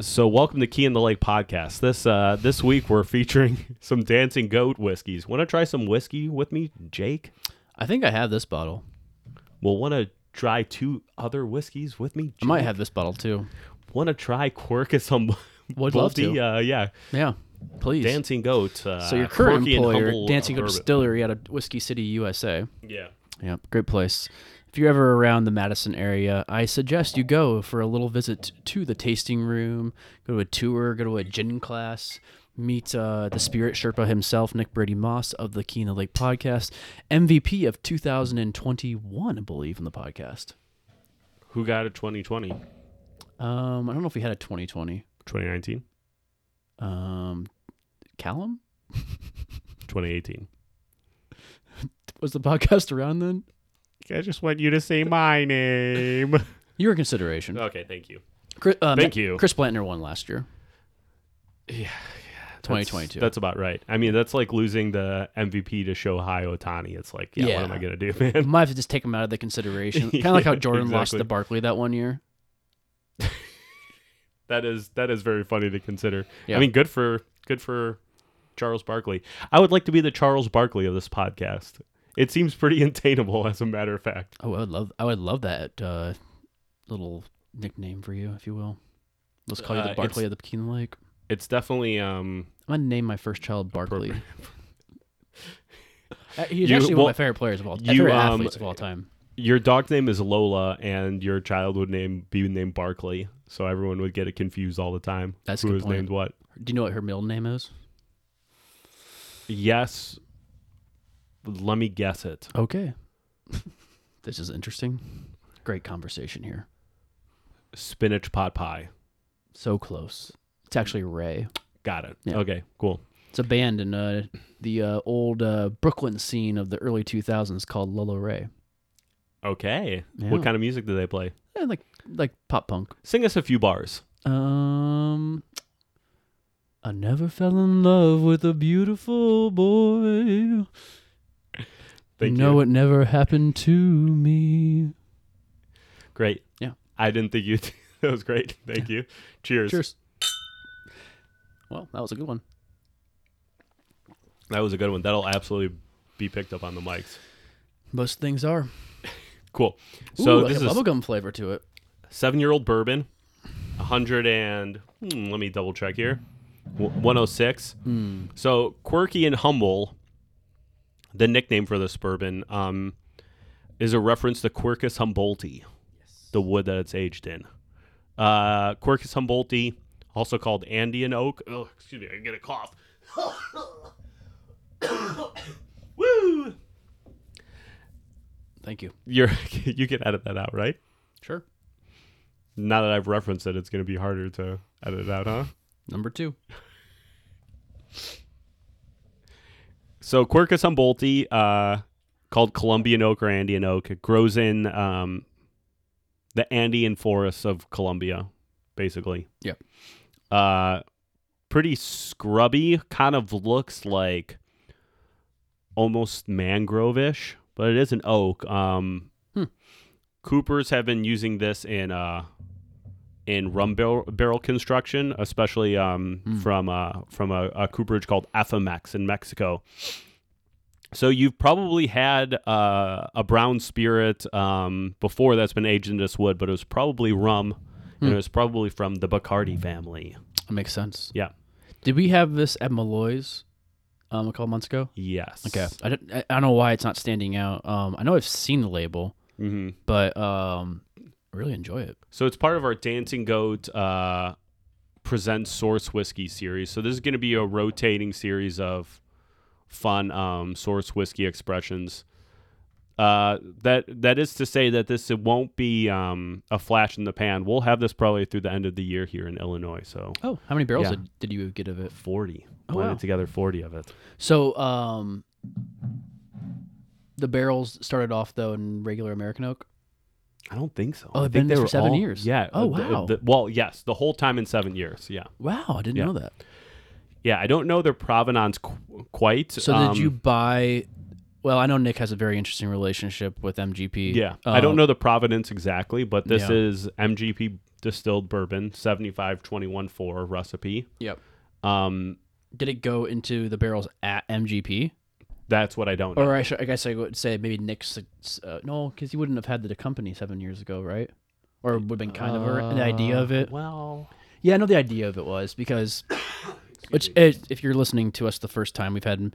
so, welcome to Key in the Lake podcast. This uh, this week we're featuring some Dancing Goat whiskeys. Want to try some whiskey with me, Jake? I think I have this bottle. Well, want to try two other whiskeys with me? I might have this bottle too. Want to try Quirk as some? Would love to. Uh, yeah, Yeah, please. Dancing Goat. Uh, so your current quirky and employer, humble, Dancing uh, Goat bourbon. Distillery out of Whiskey City, USA. Yeah. Yep, great place. If you're ever around the Madison area, I suggest you go for a little visit to the tasting room, go to a tour, go to a gin class, meet uh, the spirit Sherpa himself, Nick Brady Moss of the Key in the Lake podcast, MVP of 2021, I believe, in the podcast. Who got a 2020? Um, I don't know if we had a 2020. 2019? Um, Callum 2018? was the podcast around then? I just want you to say my name. Your consideration. okay, thank you. Chris, uh, Thank Ma- you. Chris Blantner won last year. Yeah, Twenty That's- twenty two. That's about right. I mean, that's like losing the MVP to Shohei Otani. It's like, yeah, Yeah. what am I gonna do, man? Might have to just take him out of the consideration. Kind of like how Yeah, Jordan lost exactly. to Barkley that one year. That is that is very funny to consider. Yeah. I mean, good for good for Charles Barkley. I would like to be the Charles Barkley of this podcast. It seems pretty attainable, as a matter of fact. Oh, I would love. I would love that uh, little nickname for you, if you will. Let's call you Uh, the it's- Barkley of the Pekin Lake. It's definitely um, I'm gonna name my first child Barkley. Uh, He's You- actually well, one of my favorite players of all, you, favorite um, athletes of all time. your dog's name is Lola, and your child would name be named Barkley, so everyone would get it confused all the time. That's a who good is point. named what. Do you know what her middle name is? Yes. Let me guess it. Okay. this is interesting. Great conversation here. Spinach pot pie. So close. It's actually Ray. Got it. Yeah. Okay, cool. It's a band in uh, the uh, old uh, Brooklyn scene of the early 2000s called Lolo Ray. Okay. Yeah. What kind of music do they play? Yeah, like like pop punk. Sing us a few bars. Um, I never fell in love with a beautiful boy. Thank no, you. it never happened to me. Great. Yeah. I didn't think you that was great. Thank you. Cheers. Cheers. Well, that was a good one. That was a good one. That'll absolutely be picked up on the mics. Most things are. Cool. Ooh, So this like a is bubblegum flavor to it. seven year old bourbon. hundred and hmm, let me double check here. One oh six. So quirky and humble, the nickname for this bourbon, um, is a reference to Quercus humboldti, the wood that it's aged in. Uh, Quercus humboldti, also called Andean oak. Oh, excuse me, I get a cough. Woo! Thank you. You're you can edit that out, right? Sure. Now that I've referenced it, it's going to be harder to edit out, huh? Number two. So Quercus humboldti, uh, called Colombian oak or Andean oak, it grows in um, the Andean forests of Colombia, basically. Yep. Uh, pretty scrubby, kind of looks like almost mangrove-ish, but it is an oak. Um, Hmm. Coopers have been using this in uh, in rum barrel, barrel construction, especially um, Hmm. from uh, from a, a cooperage called FMX in Mexico. So you've probably had uh, a brown spirit um, before that's been aged into this wood, but it was probably rum, and it was probably from the Bacardi family. That makes sense. Yeah. Did we have this at Malloy's um, a couple months ago? Yes. Okay. I don't, I I don't know why it's not standing out. Um, I know I've seen the label, hmm but um, I really enjoy it. So it's part of our Dancing Goat uh, presents Source Whiskey series. So this is going to be a rotating series of fun um, Source Whiskey expressions. Uh, that that is to say that this it won't be um, a flash in the pan. We'll have this probably through the end of the year here in Illinois. So Oh, how many barrels Yeah. did, did you get of it? forty Oh, blended wow. together, forty of it. So, um, the barrels started off though in regular American oak. I don't think so. Oh, I they've been think they this for were seven all- years. Yeah. Oh, uh, the- wow. the- well, yes, the whole time in seven years. Yeah. Wow, I didn't Yeah. know that. Yeah. I don't know their provenance qu- quite. So um, did you buy? Well, I know Nick has a very interesting relationship with MGP. Yeah. Uh, I don't know the provenance exactly, but this Yeah. is MGP distilled bourbon 75214 recipe. Yep. Um Did it go into the barrels at MGP? that's what I don't know. Or I, should, I guess I would say maybe Nick's. Uh, no, because he wouldn't have had the company seven years ago, right? Or would have been kind of a- the idea of Uh, it. Well, Yeah, I know the idea of it was because, which if if you're listening to us the first time, we've had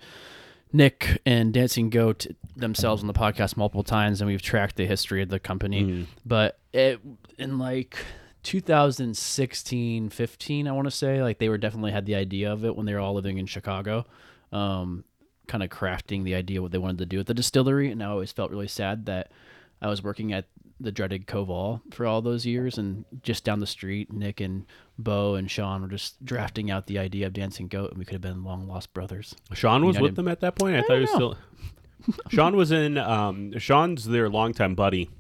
Nick and Dancing Goat themselves on the podcast multiple times, and we've tracked the history of the company. But it, in like 2016, 15, I want to say, like they were definitely had the idea of it when they were all living in Chicago. Um, kind of crafting the idea what they wanted to do at the distillery, and I always felt really sad that I was working at the dreaded Koval for all those years, and just down the street, Nick and Bo and Sean were just drafting out the idea of Dancing Goat, and we could have been long lost brothers. Sean was I with didn't- them at that point. I, thought he was still Sean was in um Sean's their longtime buddy.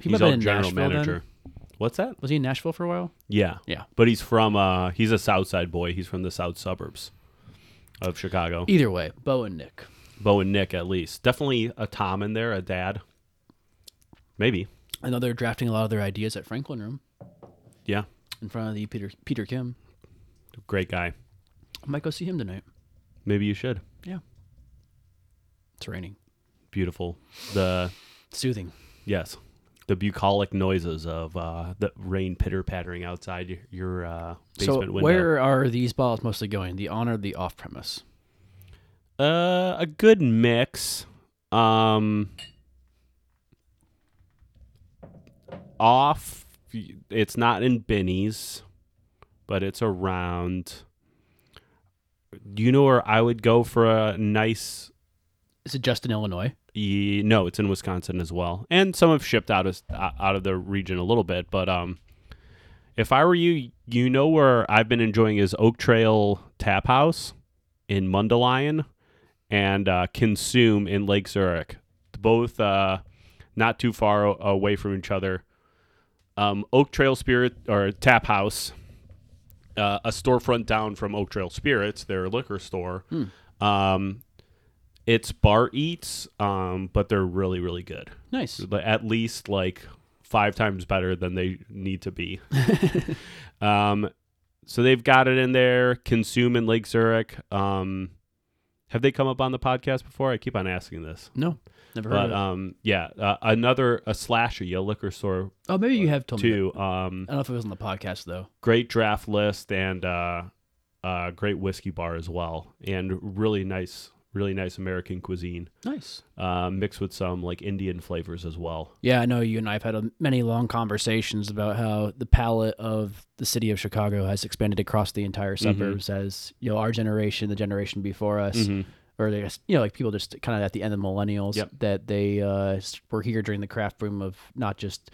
He he's might have our been in general Nashville then. manager. What's that? Was he in Nashville for a while? Yeah. Yeah. But he's from uh he's a south side boy. He's from the south suburbs of Chicago. Either way, Bo and Nick. Bo and Nick at least. Definitely a Tom in there, a dad. Maybe. I know they're drafting a lot of their ideas at Franklin Room Yeah. in front of the Peter Peter Kim. Great guy. I might go see him tonight. Maybe you should. Yeah. It's raining. Beautiful. The Soothing. yes, the bucolic noises of uh, the rain pitter pattering outside your, your uh, basement so window. where are these bottles mostly going? The on or the off premise? Uh, a good mix. Um, off. It's not in Benny's, but it's around. Do you know where I would go for a nice Is it just in Illinois? Ye- no, it's in Wisconsin as well, and some have shipped out of out of the region a little bit. But um, if I were you, you know where I've been enjoying is Oak Trail Tap House in Mundelein, and uh, Consume in Lake Zurich, both uh, not too far a- away from each other. Um, Oak Trail Spirit or Tap House, uh, a storefront down from Oak Trail Spirits, their liquor store. Um, it's bar eats, um, but they're really, really good. Nice. Like, At least like five times better than they need to be. um, so they've got it in there. Consume in Lake Zurich. Um, have they come up on the podcast before? I keep on asking this, No. Never heard but of it. um, yeah, uh, another a slasher, a liquor store Oh, maybe you have told me. that. too. Um, I don't know if it was on the podcast though. great draft list and uh, uh, great whiskey bar as well, and really nice, really nice American cuisine Nice. uh, mixed with some like Indian flavors as well. Yeah, I know you and I have had a, many long conversations about how the palette of the city of Chicago has expanded across the entire Mm-hmm. suburbs as, you know, our generation, the generation before us, Mm-hmm. or I guess, you know, like people just kind of at the end of millennials Yep. that they uh, s- were here during the craft boom of not just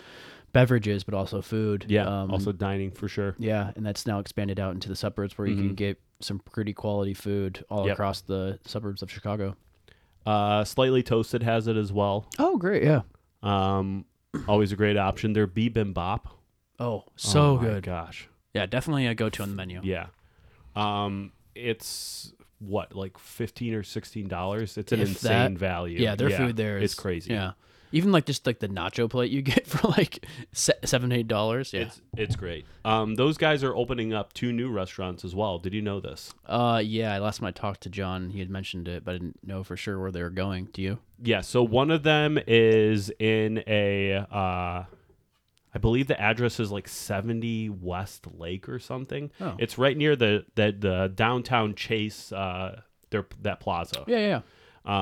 beverages, but also food. Yeah, Um, also dining for sure. yeah. And that's now expanded out into the suburbs where you can get some pretty quality food all Mm-hmm. Yep. across the suburbs of Chicago. Uh, Slightly toasted has it as well. Oh, great. Yeah. Um, always a great option. Their bibimbap. Oh, so Oh my good. Gosh, Yeah, definitely a go to on the menu. yeah. Um, it's what like fifteen or sixteen dollars. It's an If insane that- value. Yeah, their food there is it's crazy. Yeah, Even like just like the nacho plate you get for like se- seven eight dollars. Yeah. It's it's great. Um, those guys are opening up two new restaurants as well. Did you know this? Uh, yeah. I Last time I talked to John, he had mentioned it, but I didn't know for sure where they were going. Do you? Yeah. So one of them is in a, uh, I believe the address is like 70 West Lake or something. Oh. It's right near the the, the downtown Chase. Uh, their that plaza. Yeah, yeah. yeah.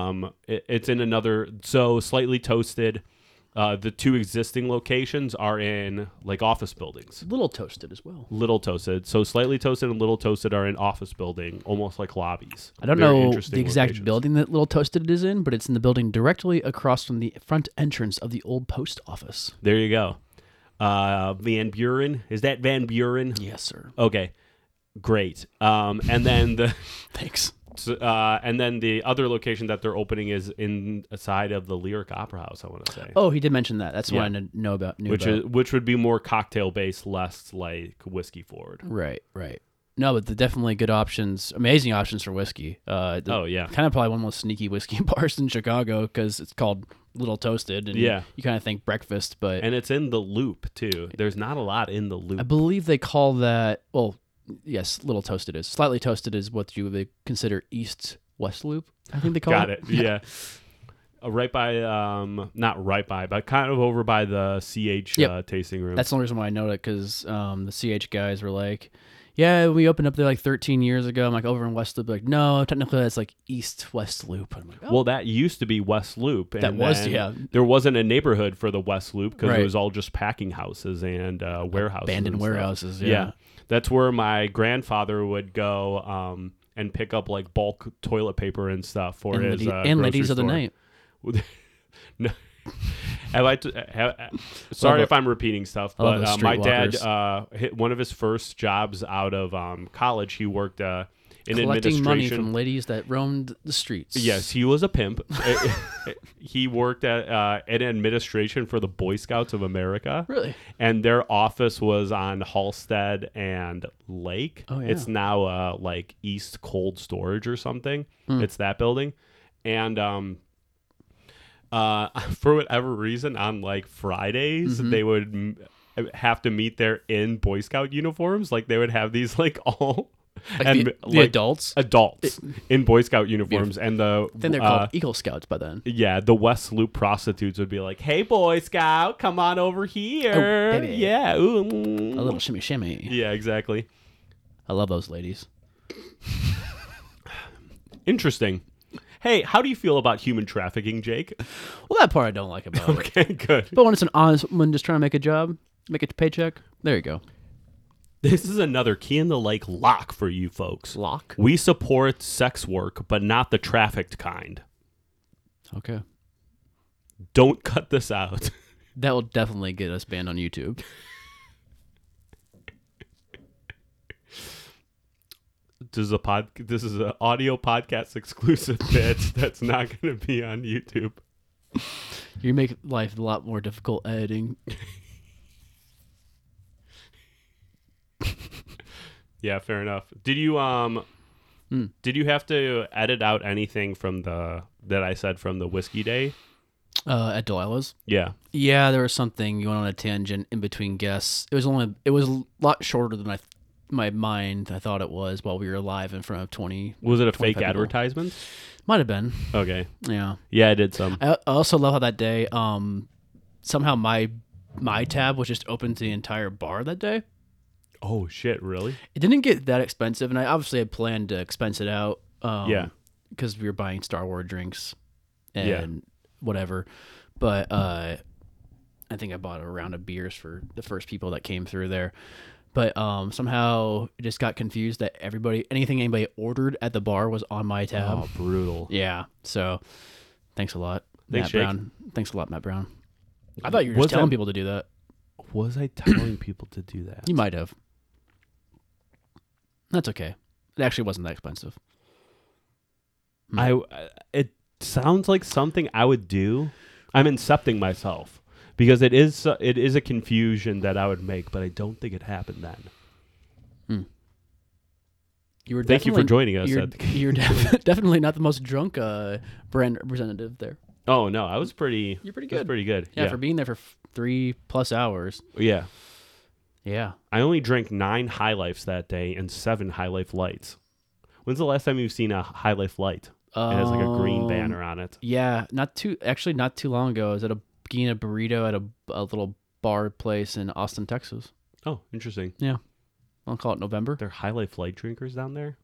Um, it, it's in another so slightly toasted. Uh, the two existing locations are in like office buildings. Little toasted as well. Little Toasted. So slightly toasted and Little Toasted are in office building, almost like lobbies. I don't Very know interesting the exact locations. building that Little Toasted is in, but it's in the building directly across from the front entrance of the old post office. There you go. Uh, Van Buren. Is that Van Buren? Yes, sir. Okay. Great. Um, and then the Thanks. uh, and then the other location that they're opening is inside of the Lyric Opera House. I want to say, Oh, he did mention that. That's what I Yeah. kn- know about. Knew which about. is which would be more cocktail based, less like whiskey forward. right, right. No, but the definitely good options, amazing options for whiskey. Uh, the- Oh yeah. kind of probably one of the most sneaky whiskey bars in Chicago because it's called Little Toasted, and Yeah. you kind of think breakfast, but And it's in the loop too. There's not a lot in the I loop. believe they call that. Well, yes, Little Toasted is slightly toasted is what you would consider East West Loop. I think they call Got it. Yeah. Uh, right by, um, not right by, but kind of over by the CH Yep. uh, tasting room. That's the only reason why I know it because um, the CH guys were like, "Yeah, we opened up there like 13 years ago." I'm like, "Over in West Loop." They're like, no, technically that's like East West Loop. I'm like, oh, Well, that used to be West Loop. And That was- then yeah. There wasn't a neighborhood for the West Loop because Right. it was all just packing houses and uh, warehouses. abandoned and stuff. warehouses." Yeah. Yeah. That's where my grandfather would go um, and pick up like bulk toilet paper and stuff for and, his. lady- uh, and grocery ladies of the store. night. no. Have I t- have, sorry Love if I'm repeating stuff, I love but those uh, my dad streetwalkers. uh, hit one of his first jobs out of um, college. He worked uh, in collecting administration. money from ladies that roamed the streets. Yes, he was a pimp. Eh, eh, he worked at uh, an administration for the Boy Scouts of America, Really? and their office was on Halstead and Lake. Oh, yeah. It's now uh, like East Cold Storage or something. Hmm. It's that building, and um, uh, for whatever reason, on like Fridays, Mm-hmm. they would m- have to meet there in Boy Scout uniforms. Like they would have these like all. Like and the, the like, adults. adults in Boy Scout uniforms, and the then they're uh, called Eagle Scouts by then. yeah, the West Loop prostitutes would be like, "Hey, Boy Scout, come on over here, Oh, baby. yeah, ooh, mm." A little shimmy shimmy. yeah, exactly." I love those ladies. Interesting. Hey, how do you feel about human trafficking, Jake? Well, that part I don't like about it. Okay, good. But when it's an honest one just trying to make a job, make a paycheck, there you go. This is another key in the lake lock for you folks. Lock. We support sex work, but not the trafficked kind. Okay. Don't cut this out. That will definitely get us banned on YouTube. this is a pod this is an audio podcast exclusive bit that's not going to be on youtube You make life a lot more difficult editing. yeah fair enough did you um Hmm. did you have to edit out anything from the that i said from the whiskey day Uh, at Delilah's. yeah Yeah, there was something you went on a tangent in between guests. It was only it was a lot shorter than I th- my mind I thought it was while we were live in front of twenty. was it a fake 25 people. advertisement Might have been. okay Yeah. yeah i did some I I also love how that day, um, somehow my my tab was just open to the entire bar that day. oh shit really It didn't get that expensive, and I obviously had planned to expense it out. Um, Yeah. because we were buying Star Wars drinks and Yeah. whatever. But uh, I think I bought a round of beers for the first people that came through there. But um, somehow it just got confused that everybody, anything anybody ordered at the bar was on my tab. oh brutal Yeah. So thanks a lot, Matt Thanks, Jake. Brown. Thanks a lot, Matt Brown. I thought you were just Was telling that- people to do that. was i telling people to do that You might have. That's okay. It actually wasn't that expensive. I it sounds like something I would do. I'm incepting myself because it is it is a confusion that I would make, but I don't think it happened then. You were Thank you for definitely- joining us You're, at the- you're def- definitely not the most drunk uh, brand representative there. Oh no, I was pretty. You're pretty I was good. pretty good. Yeah, Yeah. for being there for f- three plus hours. yeah. Yeah. I only drank nine High Lifes that day and seven High Life lights. When's the last time you've seen a High Life light? It has like a green Um, banner on it. Yeah, not too actually not too long ago. I was at a getting a burrito at a, a little bar place in Austin, Texas. Oh, interesting. I'll call it November. They're High Life light drinkers down there.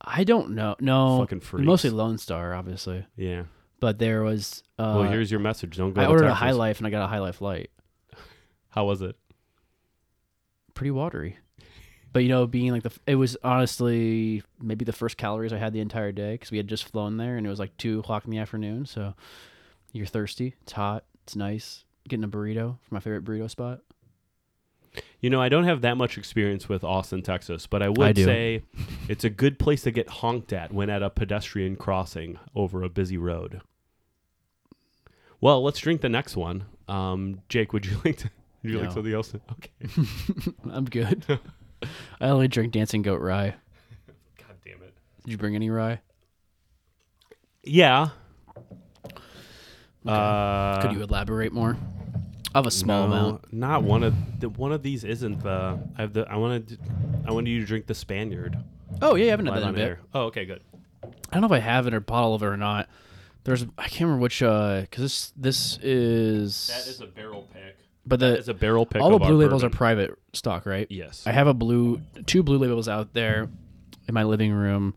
I don't know. No, Fucking freaks. Oh, mostly Lone Star, obviously. Yeah. But there was. Uh, well, here's your message. Don't go. I to ordered a Texas. High Life and I got a High Life Light. How was it? Pretty watery, but you know, being like the it was honestly maybe the first calories I had the entire day because we had just flown there and it was like two o'clock in the afternoon. So you're thirsty. It's hot. It's nice. Getting a burrito from my favorite burrito spot. You know, I don't have that much experience with Austin, Texas, but I I would do. say it's a good place to get honked at when at a pedestrian crossing over a busy road. Well, let's drink the next one. Um, Jake, would you like to? Would you like No. something else? Okay. I'm good. I only drink Dancing Goat Rye. God damn it. Did you bring any rye? Yeah. Could you elaborate more? I have a small Uh, no, amount. Not one of the, one of these isn't the. I have the. I wanted. I wanted you to drink the Spaniard. Oh yeah, I haven't done live that in a on bit. air. Oh, okay, good. I don't know if I have it or bottle of it or not. There's I can't remember which uh because this this is, a barrel pick. but That is the a barrel pick. all the of blue our labels bourbon. are private stock, right? Yes. I have a blue two blue labels out there in my living room,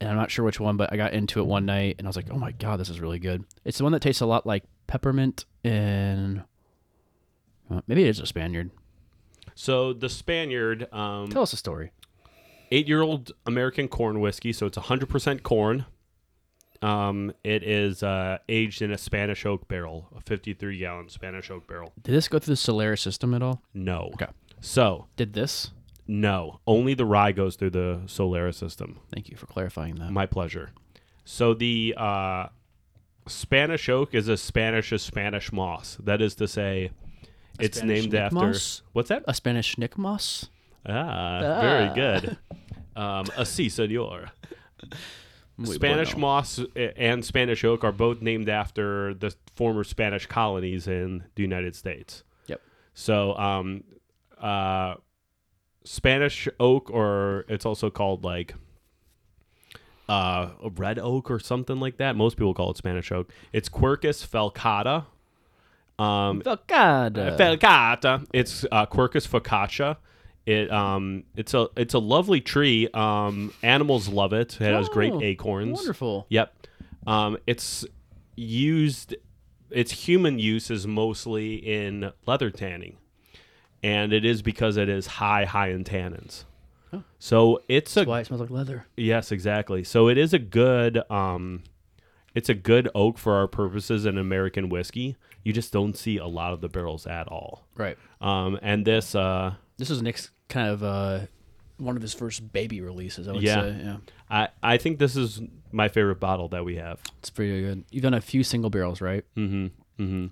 and I'm not sure which one, but I got into it one night and I was like, oh my god, this is really good. It's the one that tastes a lot like peppermint and uh, maybe it is a Spaniard. So the Spaniard, um, Tell us a story. eight-year-old American corn whiskey. So it's 100% corn. Um, it is uh, aged in a Spanish oak barrel, a 53-gallon Spanish oak barrel. Did this go through the Solaris system at all? No. Okay. So Did this? no, only the rye goes through the Solera system. Thank you for clarifying that. My pleasure. So the uh, Spanish oak is as Spanish as Spanish moss. That is to say, it's Spanish named neck after moss? what's that? A Spanish Nick Moss? Ah, Ah. very good. Um, así, senor. Spanish moss eh, and Spanish oak are both named after the former Spanish colonies in the United States. Yep. So, um, uh, Spanish oak, or it's also called like uh, red oak or something like that. Most people call it Spanish oak. It's Quercus falcata. Um, Avocado. Falcata. It's uh, Quercus focaccia. It um, it's a it's a lovely tree. Um, animals love it. It has great Oh, acorns. Wonderful. Yep. Um, it's used. Its human use is mostly in leather tanning, and it is because it is high high in tannins. So it's a That's why it smells like leather. Yes, exactly. So it is a good um it's a good oak for our purposes in American whiskey. You just don't see a lot of the barrels at all. Right. Um and this uh This is Nick's kind of uh, one of his first baby releases, I would Yeah. say. Yeah. I I think this is my favorite bottle that we have. It's pretty good. You've done a few single barrels, right? Mhm. Mhm.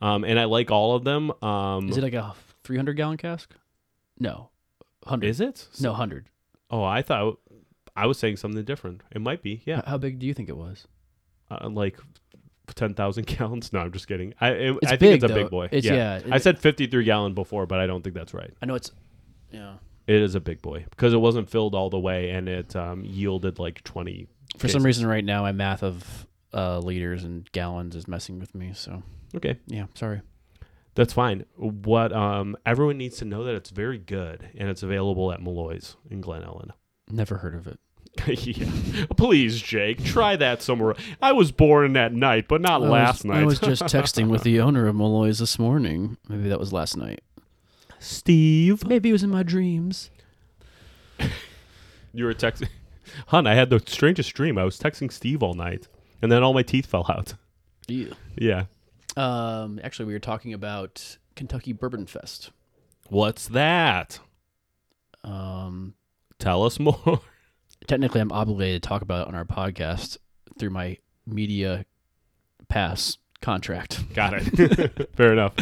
Um and I like all of them. Um Is it like a 300 gallon cask? No. 100. is it? No, 100. Oh, I thought I was saying something different. It might be. Yeah. H- How big do you think it was? Uh, like 10,000 gallons. No, I'm just kidding. I it, It's I think big, it's a though. big boy. It's- yeah. yeah, I it- said 53 gallon before, but I don't think that's right. I know it's. Yeah. It is a big boy because it wasn't filled all the way and it um, yielded like 20. For some reason, right now, my math of uh, liters and gallons is messing with me. So, Okay, yeah, sorry. that's fine. What um, everyone needs to know that it's very good and it's available at Malloy's in Glen Ellen. Never heard of it. yeah. Please, Jake, try that somewhere. I was born that night, but not last I night. was just texting with the owner of Malloy's this morning. Maybe that was last night. Steve. Maybe it was in my dreams. You were texting. Hun, I had the strangest dream. I was texting Steve all night and then all my teeth fell out. Yeah. Yeah. Um, actually, we were talking about Kentucky Bourbon Fest. What's that? Um, Tell us more. technically, I'm obligated to talk about it on our podcast through my media pass contract. Got it. Fair enough.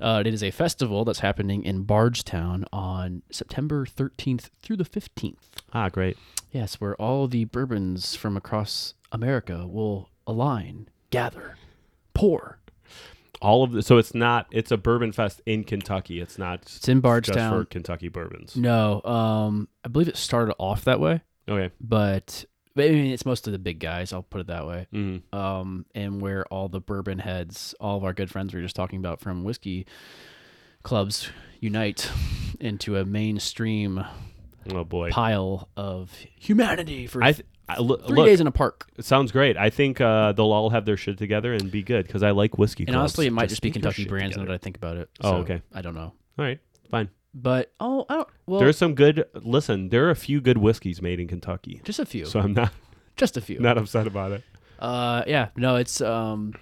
Uh, it is a festival that's happening in Bardstown on September 13th through the 15th. Ah, great. Yes, where all the bourbons from across America will align gather, pour. All of the, so it's not it's a bourbon fest in Kentucky. It's not It's in just for Bardstown. Kentucky bourbons. No, um, I believe it started off that way, Okay. but, but I mean, it's mostly the big guys. I'll put it that way. hmm um, and where all the bourbon heads, all of our good friends we were just talking about from whiskey clubs, unite into a mainstream Oh boy. pile of humanity for I, th- I lo- three look. days in a park. It sounds great. I think uh, they'll all have their shit together and be good because I like whiskey. And clubs. honestly, it might just Just be get your Kentucky shit brands now together. that I think about it. Oh, So, okay. I don't know, All right, fine. but oh, I don't. Well, There's some good. Listen, there are a few good whiskeys made in Kentucky, just a few, so I'm not just a few. not upset about it. Uh, yeah, no, it's um,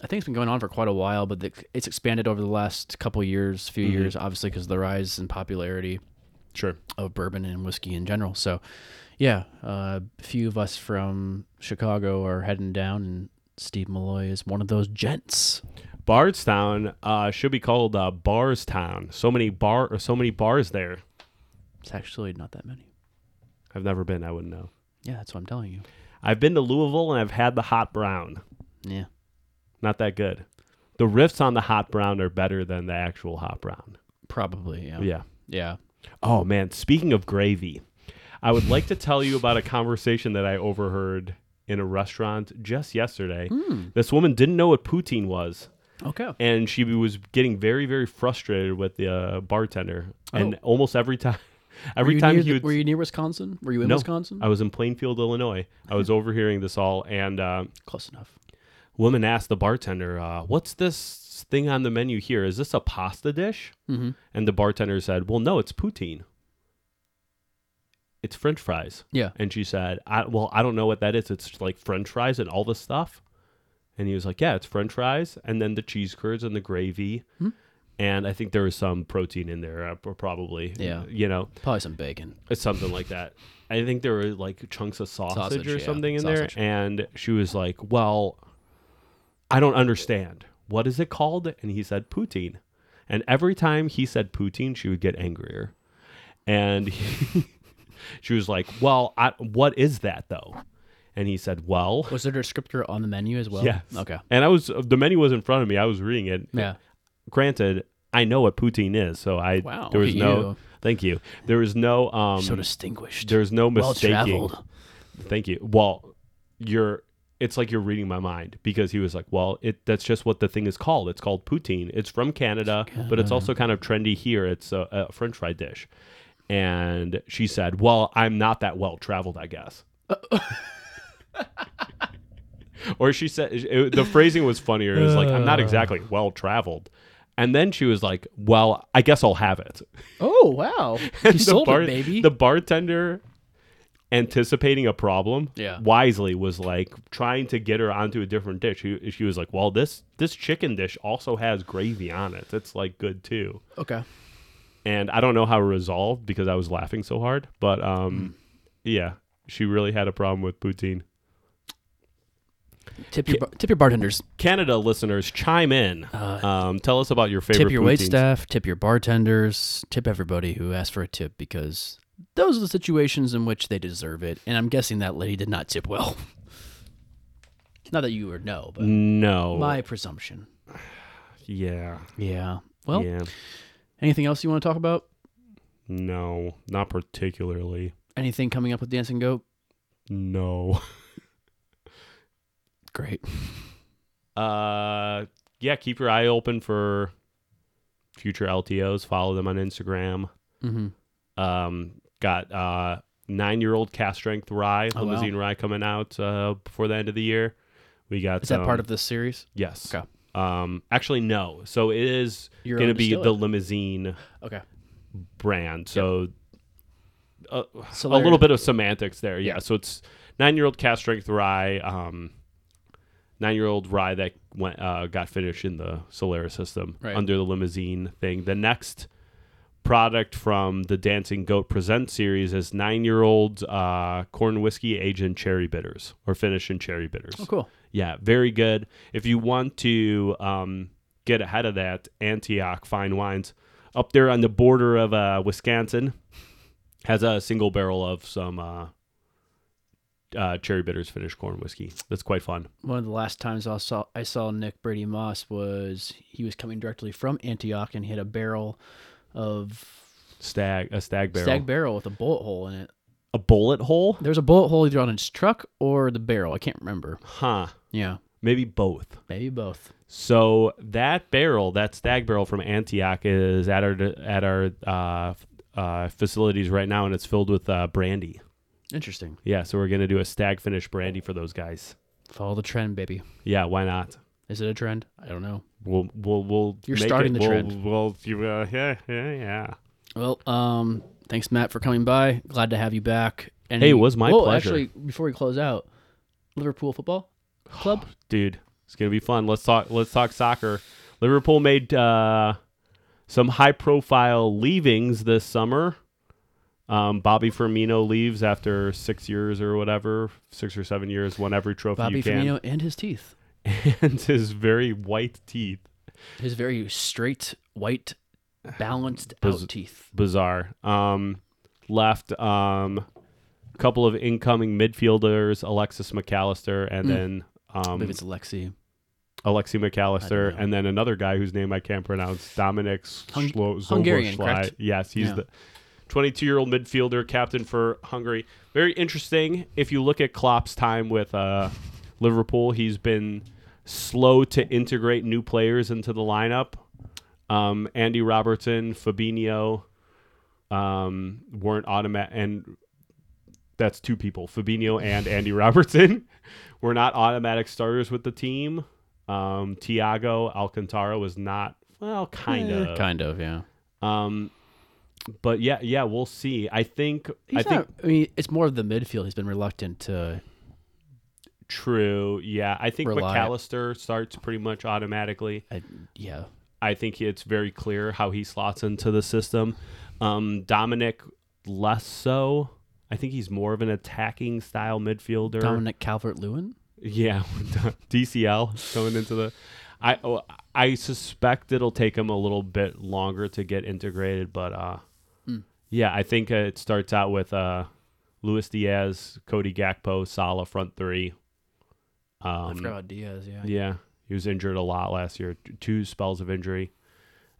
I think it's been going on for quite a while, but the, it's expanded over the last couple years, few years, obviously because of the rise in popularity. Mm-hmm. Sure. of bourbon and whiskey in general. So, yeah, uh, a few of us from Chicago are heading down, and Steve Malloy is one of those gents. Bardstown uh, should be called uh, Barstown. So many bar or so many bars there. It's actually not that many. I've never been. I wouldn't know. Yeah, that's what I'm telling you. I've been to Louisville and I've had the hot brown. Yeah, Not that good. The riffs on the hot brown are better than the actual hot brown. probably. Yeah. Yeah. Yeah. Oh man, speaking of gravy, I would like to tell you about a conversation that I overheard in a restaurant just yesterday. This woman didn't know what poutine was, Okay. and she was getting very, very frustrated with the uh, bartender. And almost every time, Oh. Were every you, time near, he the- would were you near Wisconsin? Were you in no, Wisconsin? I was in Plainfield, Illinois. I was overhearing this all, and uh, Close enough. woman asked the bartender, uh, "What's this thing on the menu here? Is this a pasta dish?" Mm-hmm. And the bartender said, "Well, no, it's poutine. It's French fries." Yeah. And she said, I, "Well, I don't know what that is. It's like French fries and all this stuff." And he was like, "Yeah, it's French fries, and then the cheese curds and the gravy, Hmm. and I think there was some protein in there, uh, pro- probably. Yeah. you know, Probably some bacon. it's something like that. I think there were like chunks of sausage, Sausage, or yeah, something in sausage. there, and she was like, "Well, I don't understand. What is it called?" And he said, "Poutine." And every time he said poutine, she would get angrier, and he- she was like, "Well, I, what is that though?" And he said, "Well." Was there a descriptor on the menu as well? Yes. Okay. And I was the menu was in front of me. I was reading it. Yeah. Granted, I know what poutine is, so I Wow, there look was at no you. thank you. There was no um So distinguished. there's no well mistaking. traveled. Thank you. Well, you're it's like you're reading my mind because he was like, "Well, it that's just what the thing is called. It's called poutine. It's from Canada, but it's also kind of trendy here. It's a, a french fry dish." And she said, "Well, I'm not that well traveled, I guess." or she said it, the phrasing was funnier. It was like, "I'm not exactly well traveled." And then she was like, "Well, I guess I'll have it." Oh wow! You The sold bar- it, baby. The bartender, anticipating a problem, Yeah. wisely was like trying to get her onto a different dish. She, she was like, "Well, this this chicken dish also has gravy on it. That's like good too." okay. And I don't know how it resolved because I was laughing so hard, but Mm. um, yeah, she really had a problem with poutine. Tip your bar- tip your bartenders. Canada listeners, chime in. um, tell us about your favorite. Uh, tip your wait poutines. staff, tip your bartenders, tip everybody who asks for a tip because those are the situations in which they deserve it. And I'm guessing that lady did not tip well. not that you would know, but No. my presumption. yeah. Yeah. Well, yeah. anything else you want to talk about? No. Not particularly. Anything coming up with Dancing Goat? No. Great. uh yeah keep your eye open for future ltos follow them on instagram Mm-hmm. um got uh nine year old cast strength rye Oh, wow. limousine rye coming out uh before the end of the year we got Is that um, part of this series? yes Okay. um actually no so it is Your gonna own be the distiller. limousine Okay. brand so uh, So a little there- bit of semantics there. Yeah. Yeah. So it's nine year old cast strength rye, um, nine year old rye that went uh, got finished in the Solaris system Right. under the limousine thing. The next product from the Dancing Goat Present series is nine year old uh, corn whiskey aged in cherry bitters or finished in cherry bitters. Oh, cool. Yeah, very good. If you want to um, get ahead of that, Antioch Fine Wines up there on the border of uh, Wisconsin has a single barrel of some uh, uh, cherry bitters finished corn whiskey. That's quite fun. One of the last times I saw I saw Nick Brady Moss was he was coming directly from Antioch and he had a barrel of Stag a stag barrel. stag barrel with a bullet hole in it. a bullet hole? There was a bullet hole either on his truck or the barrel. I can't remember. Huh. Yeah, Maybe both. maybe both. So that barrel, that stag barrel from Antioch, is at our at our uh, uh, facilities right now, and it's filled with uh, brandy. Interesting. Yeah, so we're gonna do a stag finish brandy for those guys. Follow the trend, baby. Yeah, why not? Is it a trend? I don't know. We'll we'll we'll. You're make starting it- the we'll, trend. We'll, you, uh, yeah yeah yeah. Well, um, thanks Matt for coming by. Glad to have you back. And Hey, it was my Whoa, pleasure. Actually, before we close out, Liverpool football club. dude it's gonna be fun let's talk let's talk soccer liverpool made uh, some high profile leavings this summer um, bobby firmino leaves after six years or whatever six or seven years won every trophy Bobby you can Firmino and his teeth. and his very white teeth His very straight, white, balanced Buzz- out teeth. bizarre um, left um, a couple of incoming midfielders alexis mcallister and Mm. then I um, believe it's Alexi. Alexi I don't McAllister, know. and then another guy whose name I can't pronounce, Dominic Hung- Schlo- Hungarian, Zoboschlei. correct? Yes, he's Yeah. the 22 year old midfielder, captain for Hungary. Very interesting. If you look at Klopp's time with uh, Liverpool, he's been slow to integrate new players into the lineup. Um, Andy Robertson, Fabinho um, weren't automatic, and that's two people, Fabinho and Andy Robertson, were not automatic starters with the team. Um, Tiago Alcantara was not, well, kind of, Kind of, yeah. um, but yeah, yeah, we'll see. I think I He's think not- I mean, it's more of the midfield. He's been reluctant to. true. Yeah, I think Rely- McAllister starts pretty much automatically. I, uh, yeah, I think it's very clear how he slots into the system. Um, Dominic less so. I think he's more of an attacking style midfielder. Dominic Calvert Lewin. Yeah, DCL going into the. I oh, I suspect it'll take him a little bit longer to get integrated, but uh, Hmm. yeah, I think uh, it starts out with uh, Luis Diaz, Cody Gakpo, Salah front three. I Um, forgot about Diaz. Yeah. yeah, he was injured a lot last year, t- two spells of injury,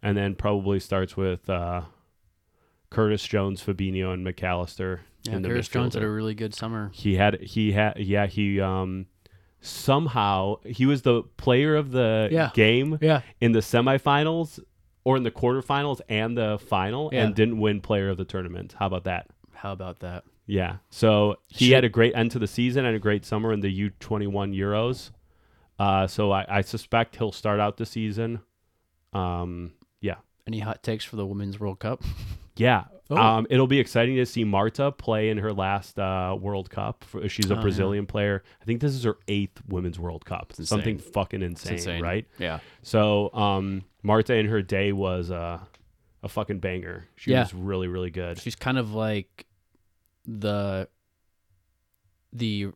and then probably starts with uh, Curtis Jones, Fabinho, and McAllister. Yeah, in the Curtis Jones midfielder had a really good summer. he had he had yeah he um somehow he was the player of the Yeah. game Yeah, in the semifinals or in the quarterfinals and the final Yeah. and didn't win player of the tournament how about that how about that? yeah so he Should- had a great end to the season and a great summer in the u21 euros uh so i, I suspect he'll start out the season um yeah Any hot takes for the Women's World Cup? yeah. Oh. Um, it'll be exciting to see Marta play in her last uh, World Cup. For- She's a Oh, yeah. Brazilian player. I think this is her eighth Women's World Cup. insane. Something fucking insane, insane. right? Yeah, So um, Marta in her day was uh, a fucking banger. She Yeah. was really, really good. she's kind of like the the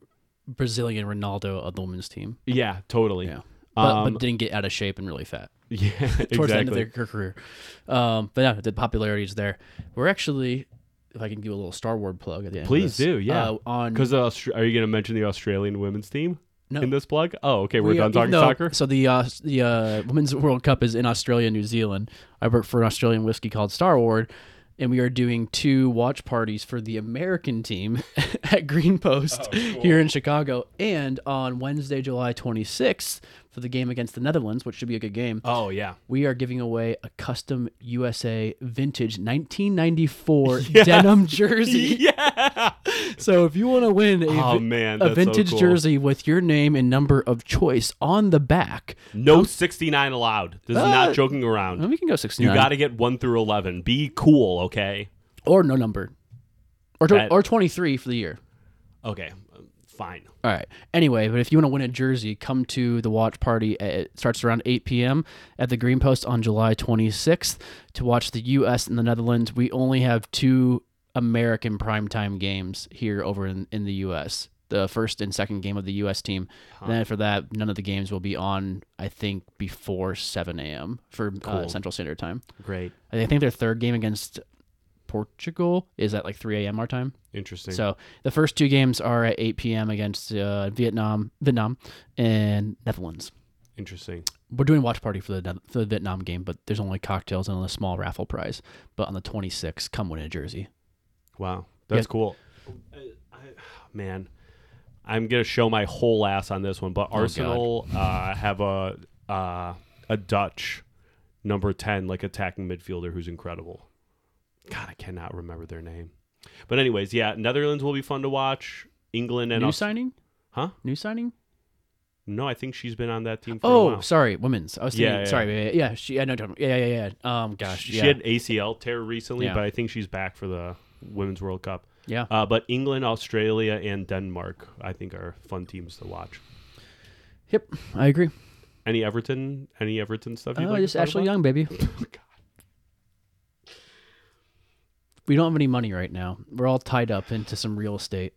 Brazilian Ronaldo of the women's team, Yeah, totally. Yeah. but, Um, but didn't get out of shape and really fat yeah, towards the end of exactly. their, her career. Um, but yeah, the popularity is there. We're actually, if I can give a little Star Wars plug at the end. Please of this, do, yeah. uh, on Because are you going to mention the Australian women's team no, in this plug? Oh, okay. We're We, uh, done even talking though- soccer. So the uh, s- the uh, Women's World Cup is in Australia, and New Zealand. I work for an Australian whiskey called Star Ward, and we are doing two watch parties for the American team at Green Oh, Post here in Chicago, and on Wednesday, July 26th, for the game against the Netherlands, which should be a good game. Oh, yeah. We are giving away a custom USA vintage 1994 Yes. denim jersey. Yeah. So if you want to win a, vi- Oh, man. a that's so vintage cool. jersey with your name and number of choice on the back, No 69 allowed. This is Uh, not joking around. Well, we can go You 69. got to get 1 through 11. Be cool, okay? Or no number. Or, tw- That- or 23 for the year. Okay, um, fine. All right. Anyway, but if you want to win a jersey, come to the watch party. At, it starts around 8 p.m. at the Green Post on July 26th to watch the U.S. and the Netherlands. We only have two American primetime games here over in, in the U.S. The first and second game of the U.S. team. And Then for that, none of the games will be on. I think before 7 a.m. for uh, Cool. Central Standard Time. Great. I think their third game against Portugal is at like 3 a.m. our time. Interesting. So the first two games are at 8 p.m. against uh, Vietnam, Vietnam, and Netherlands. Interesting. We're doing a watch party for the Neth- for the Vietnam game, but there's only cocktails and a small raffle prize. But on the 26th, come win a jersey. Wow, that's cool. Uh, I, man, I'm gonna show my whole ass on this one, but Oh, Arsenal uh, have a uh, a Dutch number ten, like attacking midfielder who's incredible. God, I cannot remember their name. But anyways, yeah, Netherlands will be fun to watch. England and New Aus- signing? Huh? New signing? no, I think she's been on that team. for a Oh, while. sorry, women's. I was thinking, Yeah, yeah, sorry, yeah, yeah, yeah, she, yeah, no, don't- yeah, yeah, yeah. Um, gosh, she yeah, had ACL tear recently, Yeah. but I think she's back for the Women's World Cup. yeah. Uh, but England, Australia, and Denmark, I think, are fun teams to watch. Yep, I agree. Any Everton? Any Everton stuff? You'd Oh, like just to talk Ashley about? Young, baby. God. We don't have any money right now. We're all tied up into some real estate.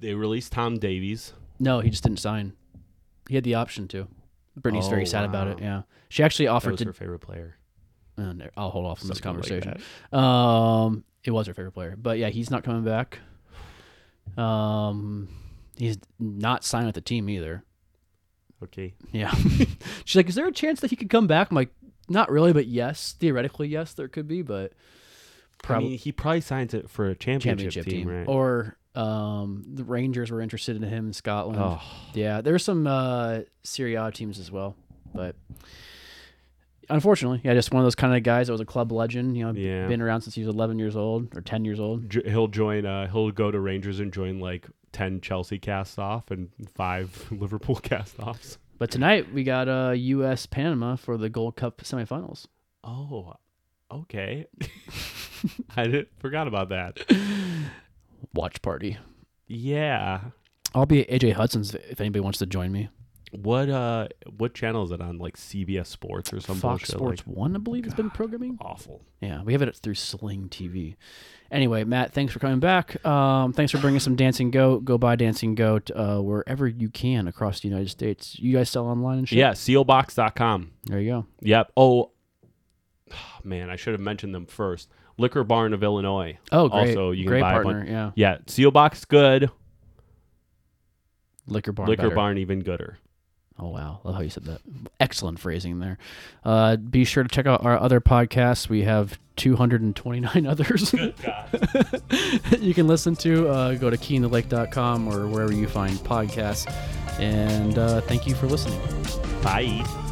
They released Tom Davies. No, he just didn't sign. He had the option to. Brittany's very Oh, sad about it. wow. Yeah, she actually That offered was to. her favorite player. oh, no, I'll hold off on this Something like conversation. um, it was her favorite player, but yeah, he's not coming back. Um, he's not signed with the team either. Okay. Yeah. She's like, is there a chance that he could come back? I'm like, not really, but yes. Theoretically, yes, there could be, but I probably mean, he probably signs it for a championship, championship team, team. right? Or um, the Rangers were interested in him in Scotland. Oh. Yeah, there's some uh, Serie A teams as well, but unfortunately, yeah, just one of those kind of guys that was a club legend. You know, Yeah. been around since he was 11 years old or 10 years old. J- he'll join. Uh, he'll go to Rangers and join like ten Chelsea cast off and five Liverpool cast offs. But tonight we got uh, U.S. Panama for the Gold Cup semifinals. Oh, okay. I did, forgot about that. Watch party. Yeah. I'll be at AJ Hudson's if anybody wants to join me. What uh? What channel is it on? Like CBS Sports or some Fox bullshit? Sports One, I believe, has been programming. Like, awful. Yeah, we have it through Sling TV. Anyway, Matt, thanks for coming back. Um, thanks for bringing some Dancing Goat. Go buy Dancing Goat uh, wherever you can across the United States. You guys sell online and shit. Yeah. Sealbox.com. there you go. Yep. Oh, man, I should have mentioned them first. Liquor Barn of Illinois. Oh, great. Also, you can great buy a partner. yeah, Yeah, Seal Box good, liquor barn. Liquor better. Barn even gooder. Oh wow, love how you said that. Excellent phrasing there. Uh, be sure to check out our other podcasts. We have 229 others. you can listen to. Uh, go to keyinthelick.com or wherever you find podcasts. And uh, thank you for listening. Bye.